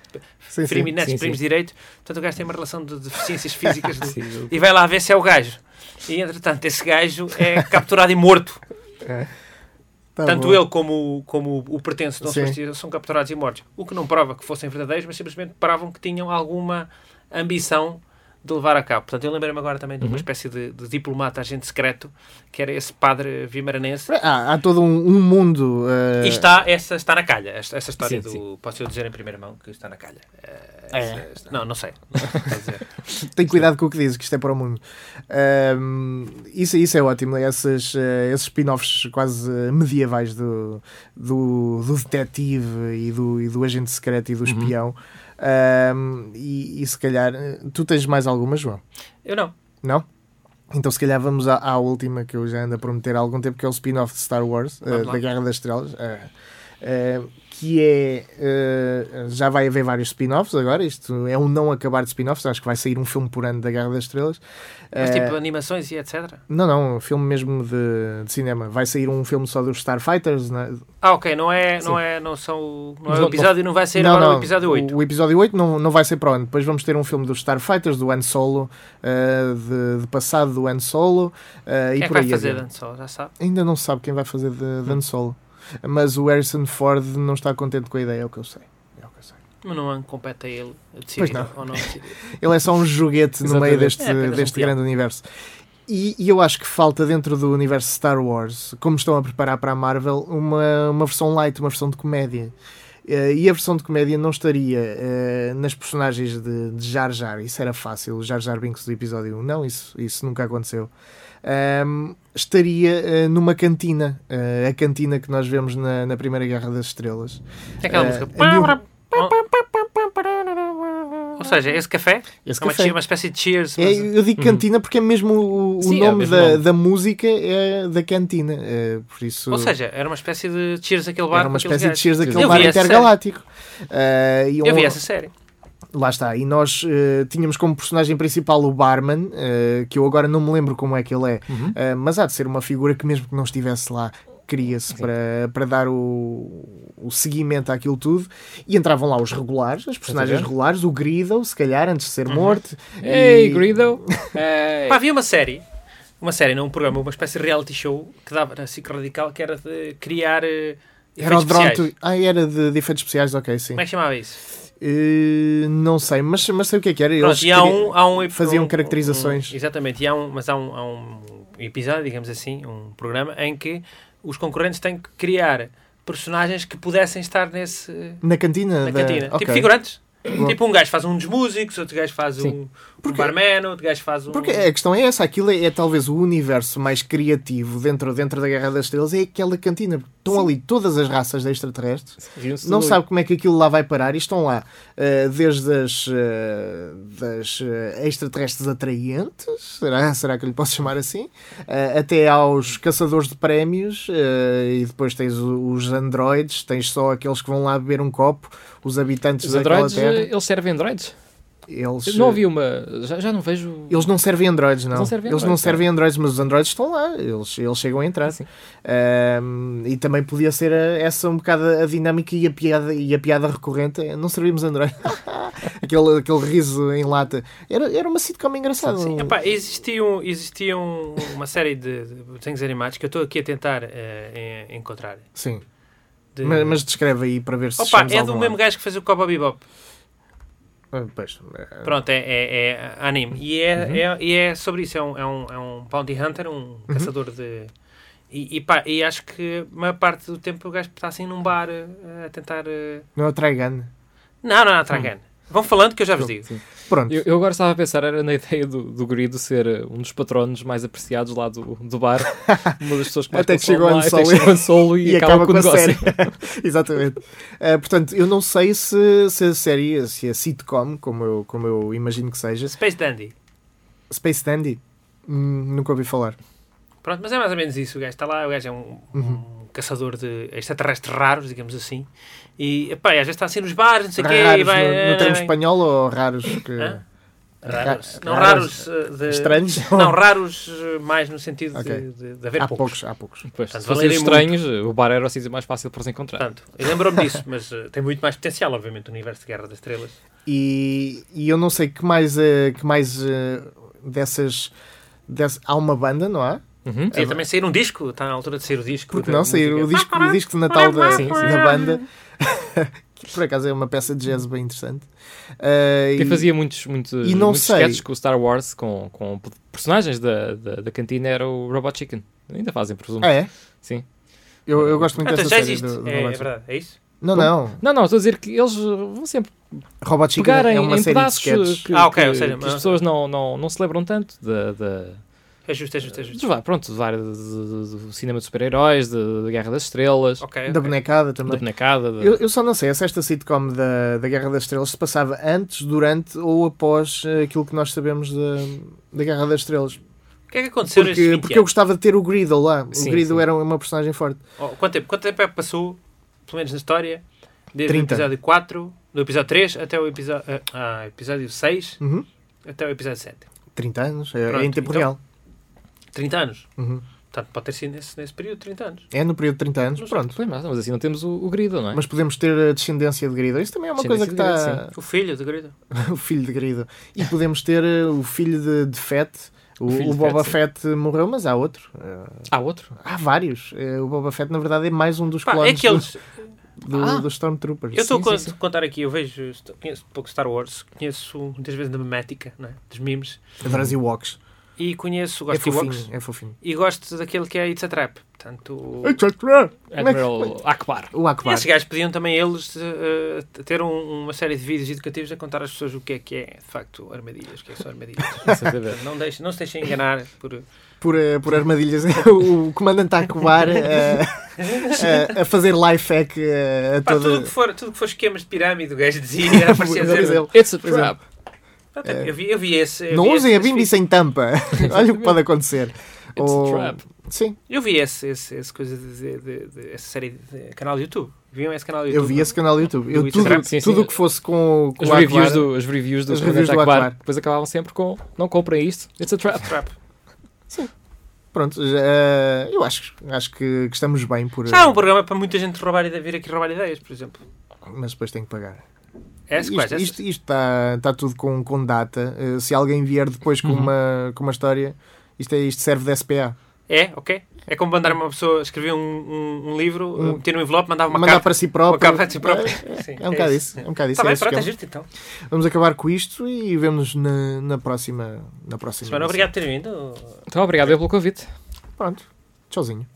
Sim, sim.
primi, netos,
Sim, sim.
primos direito, portanto o gajo tem uma relação
(laughs)
de deficiências físicas do-
Sim,
e vai lá ver se é o gajo. E entretanto, esse gajo é (laughs) capturado e morto.
Tá
Tanto
bom.
ele como, o- como o pertence de Dom
Sim.
Sebastião são capturados e mortos. O que não prova que fossem verdadeiros, mas simplesmente provavam que tinham alguma ambição de levar a cabo. Portanto, eu lembrei-me agora também de
Uhum.
uma espécie de, de diplomata, agente secreto, que era esse padre vimaranense.
Há, há todo um, um mundo. eh,
E está, essa está na calha. Esta, essa história
Sim,
do.
sim.
Posso eu dizer em primeira mão que está na calha? Eh,
Ah, é?
essa- não,
(laughs)
não sei. Vou dizer.
Tem cuidado com o que diz, que isto é para o mundo. Ahm, isso, isso é ótimo, esses, eh, esses spin-offs quase eh, medievais do, do, do detetive e do, e do agente secreto e do espião. Ahm, e, e se calhar. eh, Tu tens mais alguma, João?
Eu não.
Não? Então, se calhar, vamos à, à última que eu já ando a prometer há algum tempo, que é o spin-off de Star Wars, eh,
Vamos lá.
da Guerra das Estrelas. eh, eh, que é. eh, já vai haver vários spin-offs agora. Isto é um não acabar de spin-offs. Acho que vai sair um filme por ano da Guerra das Estrelas.
Mas
Eh,
tipo animações e etc.
Não, não, um filme mesmo de, de cinema. Vai sair um filme só dos Starfighters. Né?
Ah, ok, não é, não é, não são, o- não é
Não-
o episódio, não vai sair
não,
agora
não,
o episódio 8.
O, episódio 8 não, não vai ser para onde. Depois vamos ter um filme dos Starfighters, do Han Solo, eh, de, de passado do Han Solo. eh,
Quem
e
é que
por
vai
aí
fazer,
adiante.
Dan Sol? Já sabe.
Ainda não se sabe quem vai fazer de Dan Solo. Mas o Harrison Ford não está contente com a ideia, é o que eu sei. É o que eu sei.
Mas não compete a ele decidir
Pois não.
ou não decidir.
Ele é só um joguete no
Exatamente.
meio deste,
É apenas um
deste
peão.
grande universo. E, e eu acho que falta dentro do universo Star Wars, como estão a preparar para a Marvel, uma, uma versão light, uma versão de comédia. Eh, e a versão de comédia não estaria eh, nas personagens de, de Jar Jar, isso era fácil, o Jar Jar Binks do episódio 1, não, isso, isso nunca aconteceu. Ahm, estaria eh, numa cantina, eh, a cantina que nós vemos na, na Primeira Guerra das Estrelas.
Tem É aquela
Eh,
música.
a New-
Ou seja, esse café
Esse
é uma,
café.
che- uma espécie de cheers.
É,
mas-
eu digo cantina porque é mesmo o, o
Sim, é o
nome
mesmo
da,
nome.
da música é da cantina. eh, por isso
Ou seja, era uma espécie de cheers naquele bar.
era uma
com
espécie
aqueles
de
gajos.
cheers daquele
Eu
bar
vi essa
intergaláctico. Eh, e
série. Eu vi
um-
essa série.
Lá está. E nós eh, tínhamos como personagem principal o barman, eh, que eu agora não me lembro como é que ele é,
Uhum.
eh, mas há de ser uma figura que, mesmo que não estivesse lá, cria-se para, para dar o, o seguimento àquilo tudo. E entravam lá os regulares, as personagens
Estás a ver?
regulares, o Grido, se calhar, antes de
Uhum.
ser morto. e-
Ei,
(laughs)
Grido! Ei.
Pá, havia uma série, uma série, não um programa, uma espécie de reality show que dava na Cic Radical que era de criar. eh,
Era
efeitos
o drone.
especiais.
tu- Ah, era de, de efeitos especiais, ok, sim.
Como é que chamava isso?
Eh, não sei, mas, mas sei o que é que era. Eles
Pronto, e há
queriam-
um, há um-
faziam
um-
caracterizações.
um- exatamente, e há um, mas há um, há um episódio, digamos assim, um programa, em que os concorrentes têm que criar personagens que pudessem estar nesse.
Na cantina?
na
da-
cantina. Tipo
ok.
figurantes.
Bom.
Tipo, um gajo faz um dos músicos, outro gajo faz um, um barman, outro gajo faz um.
Porque a questão é essa, aquilo é, é talvez o universo mais criativo dentro, dentro da Guerra das Estrelas, é aquela cantina. Estão ali todas as raças de extraterrestres,
Riam-se
não
do-
sabe como é que aquilo lá vai parar e estão lá eh, desde as eh, das, eh, extraterrestres atraentes, será, será que eu lhe posso (laughs) chamar assim? Eh, até aos caçadores de prémios eh, e depois tens o- os androides, tens só aqueles que vão lá beber um copo, os habitantes
Os
daquela
androides,
terra.
eh, eles servem androides?
Eles, eh,
Não havia uma. Já, já não vejo.
eles não servem androides, não.
Não servem
eles não
androides, tá.
servem androids, mas os androides estão lá, eles, eles chegam a entrar.
Sim.
Ahm, e também podia ser a- essa um bocado a dinâmica e a piada, e a piada recorrente. é, Não servimos androides.
(laughs)
aquele, aquele riso em lata. Era, era uma sitcom engraçada. um-
Epá, existia, um- existia um- uma série de, de desenhos animados que eu estou aqui a tentar eh, en- encontrar.
Sim,
É.
De-
mas, mas descreve aí para ver se
Opa,
chegamos a
é
algum
do mesmo
lado.
gajo que fez o Cowboy Bebop.
Ah, pois, é,
Pronto, é, é- é anime. E é,
Uhum.
é- e é sobre isso. É um, é um, é um bounty hunter, um caçador de... E, e pá, e acho que a maior parte do tempo o gajo está assim num bar eh, a tentar... eh,
Não é o Trigun.
Não, não, não,
Hum.
Tragan. Vão falando que eu já vos digo.
Pronto.
Eu, eu agora estava a pensar, era na ideia do, do Grido ser eh, um dos patronos mais apreciados lá do, do (laughs) bar, uma das pessoas que mais
Até que
consome
chegou o
lá,
Han
até que
Solo e-
chegou o Han Solo e, acaba, com o negócio.
(laughs) Exatamente. Ah, portanto, eu não sei se, se a série, se a sitcom, como eu, como eu imagino que seja,
Space Dandy.
Space Dandy, Hum, nunca ouvi falar.
Pronto, mas é mais ou menos isso. O gajo está lá, o gajo é um, um
Uhum.
caçador de extraterrestres raros, digamos assim. E epá, e às vezes está assim nos bares, não sei o quê, e
raros
vai. eh,
no, no termo espanhol ou raros que.
Hã? Raros.
Ra-
Não
raros,
raros, eh, de-
Estranhos?
Não, raros eh, mais no sentido de-
Ok.
de, de haver
há
poucos.
poucos, há poucos.
(laughs) Pois,
Portanto,
se fossem
valerem Ah,
estranhos, o bar era o sítio mais fácil para os encontrar.
Portanto, eu lembro-me disso, mas eh, tem muito mais potencial, obviamente, o universo de Guerra das Estrelas.
É E, e eu não sei que mais, eh, que mais eh, dessas. dess- há uma banda, não há?
Uhum.
Sim, também sair um disco, está na altura de sair o disco.
Porque
da
não sair o
música. Ah,
disco, o disco de Natal da,
Sim, sim.
da banda. (laughs) que por acaso é uma peça de jazz bem interessante. Ah,
Quem
e-
fazia muitos, muitos,
e não
muitos
sei.
sketches com o Star Wars, com, com personagens da, da, da cantina, era o Robot Chicken. Ainda fazem, presumo.
Ah, é?
Sim.
Eu, eu gosto muito
Ah, então
dessa
já
série
existe.
do, do
é, é
Robot Chicken.
verdade, é isso?
Não, não.
Não, não, estou a dizer que eles uh, vão sempre
Robot Chicken
pegarem
é uma
em
série de
pedaços
sketches.
uh, que,
Ah, ok,
que-
ou seja,
que
mas-
as pessoas não, não, não se lembram tanto da, da,
É justo, é justo, é
dos
justo.
va- pronto, do, do, do cinema de super-heróis, da da Guerra das Estrelas,
Ok.
Da
ok.
bonecada
da
também.
bonecada. da-
Eu, eu só não sei se esta sitcom da, da Guerra das Estrelas se passava antes, durante ou após eh, aquilo que nós sabemos da, da Guerra das Estrelas.
O que é que aconteceu nestes
Porque,
20
porque eu gostava de ter o Griddle lá. O
Sim,
Griddle
sim.
era uma personagem forte.
Oh, quanto, tempo, quanto tempo é que passou, pelo menos na história, desde
30.
o episódio 4, do episódio 3 até o episódio, ah, episódio 6
Uhum.
até o episódio 7?
30 anos, é,
Pronto,
é em tempo
então.
real.
30 anos.
Uhum.
Portanto, pode ter sido nesse, nesse período 30 anos.
É no período de 30 anos,
Não sei.
pronto.
Pois, mas, mas assim não temos o, o grido, não é?
Mas podemos ter a descendência de Griddle. Isso também é uma coisa que
Descendência de
está.
O filho do Grito.
(laughs) o filho de Griddle. E podemos ter eh, o filho de, de Fett. O,
O filho
o
de
Boba
Fett,
Fett, morreu, mas há outro. Eh,
Há outro?
há vários. Eh, o Boba Fett, na verdade, é mais um dos
Pá,
clones
é que eles.
do, do,
Ah.
dos Stormtroopers.
Eu estou
Sim,
a
sim, sim.
contar aqui, eu vejo, estou- conheço pouco Star Wars, conheço muitas vezes da memética, não é? dos memes.
Adoro as Ewoks.
E conheço,
É
gosto de Ewoks.
fofinho, é fofinho.
E gosto daquele que é It's a Trap. Portanto,
é
Admiral Akbar.
O Akbar.
esses gajos pediam também eles eh, ter um- uma série de vídeos educativos a contar às pessoas o que é que é, de facto, armadilhas, o que é que são armadilhas.
(laughs)
não, deixem, não se deixem enganar por...
Por, eh, por armadilhas. (laughs) o comandante Akbar eh, a, a fazer life hack eh, a
Pá, tudo o
toda.
que for, tudo o que for esquemas de pirâmide, o
(laughs)
gajo dizia, aparecia a
Pois
dizer,
ele.
It's a trap.
Pronto, eu, vi, eu vi esse. eu
Não
vi
usem
esse
a Bimbi
nesse
sem tampa. Olha o que pode acontecer.
It's
Ou-
a trap.
Sim,
vídeo. Eu vi esse, esse, esse coisa de, de- de- de- essa série de, de canal do YouTube. Viam esse canal do YouTube?
eu vi esse canal do YouTube. Eu,
Do
tudo
Instagram,
sim,
tudo
sim.
o que fosse com, com
As
o Akbar.
reviews, do, as reviews do
As reviews
Comandante
do
Akbar
Akbar.
depois acabavam sempre com não comprem isto, it's a trap.
Trap.
Pronto, já, eh, eu acho, acho que, que estamos bem por.
Já é um programa para muita gente roubar ide- vir aqui roubar ideias, por exemplo.
Mas depois tem que pagar.
Esse, quais,
isto,
esse?
isto, isto está, está tudo com, com data. Eh, se alguém vier depois
Uhum.
com, uma, com uma história, isto, é, isto serve de SPA.
É, ok. É como mandar uma pessoa escrever um, um, um livro,
Um-
meter num envelope, mandava uma
Mandar
carta.
para si
uma
próprio.
capa de si próprio. Sim,
É um
(laughs)
bocado
isso.
isso. É um bocado isso.
Está
é
bem,
esse
pronto, é
esquema.
justo então.
Vamos acabar com isto e vemos na, na próxima. Na próxima
Semana,
emissão.
obrigado por ter vindo.
Então, obrigado eu pelo convite.
Pronto. Tchauzinho.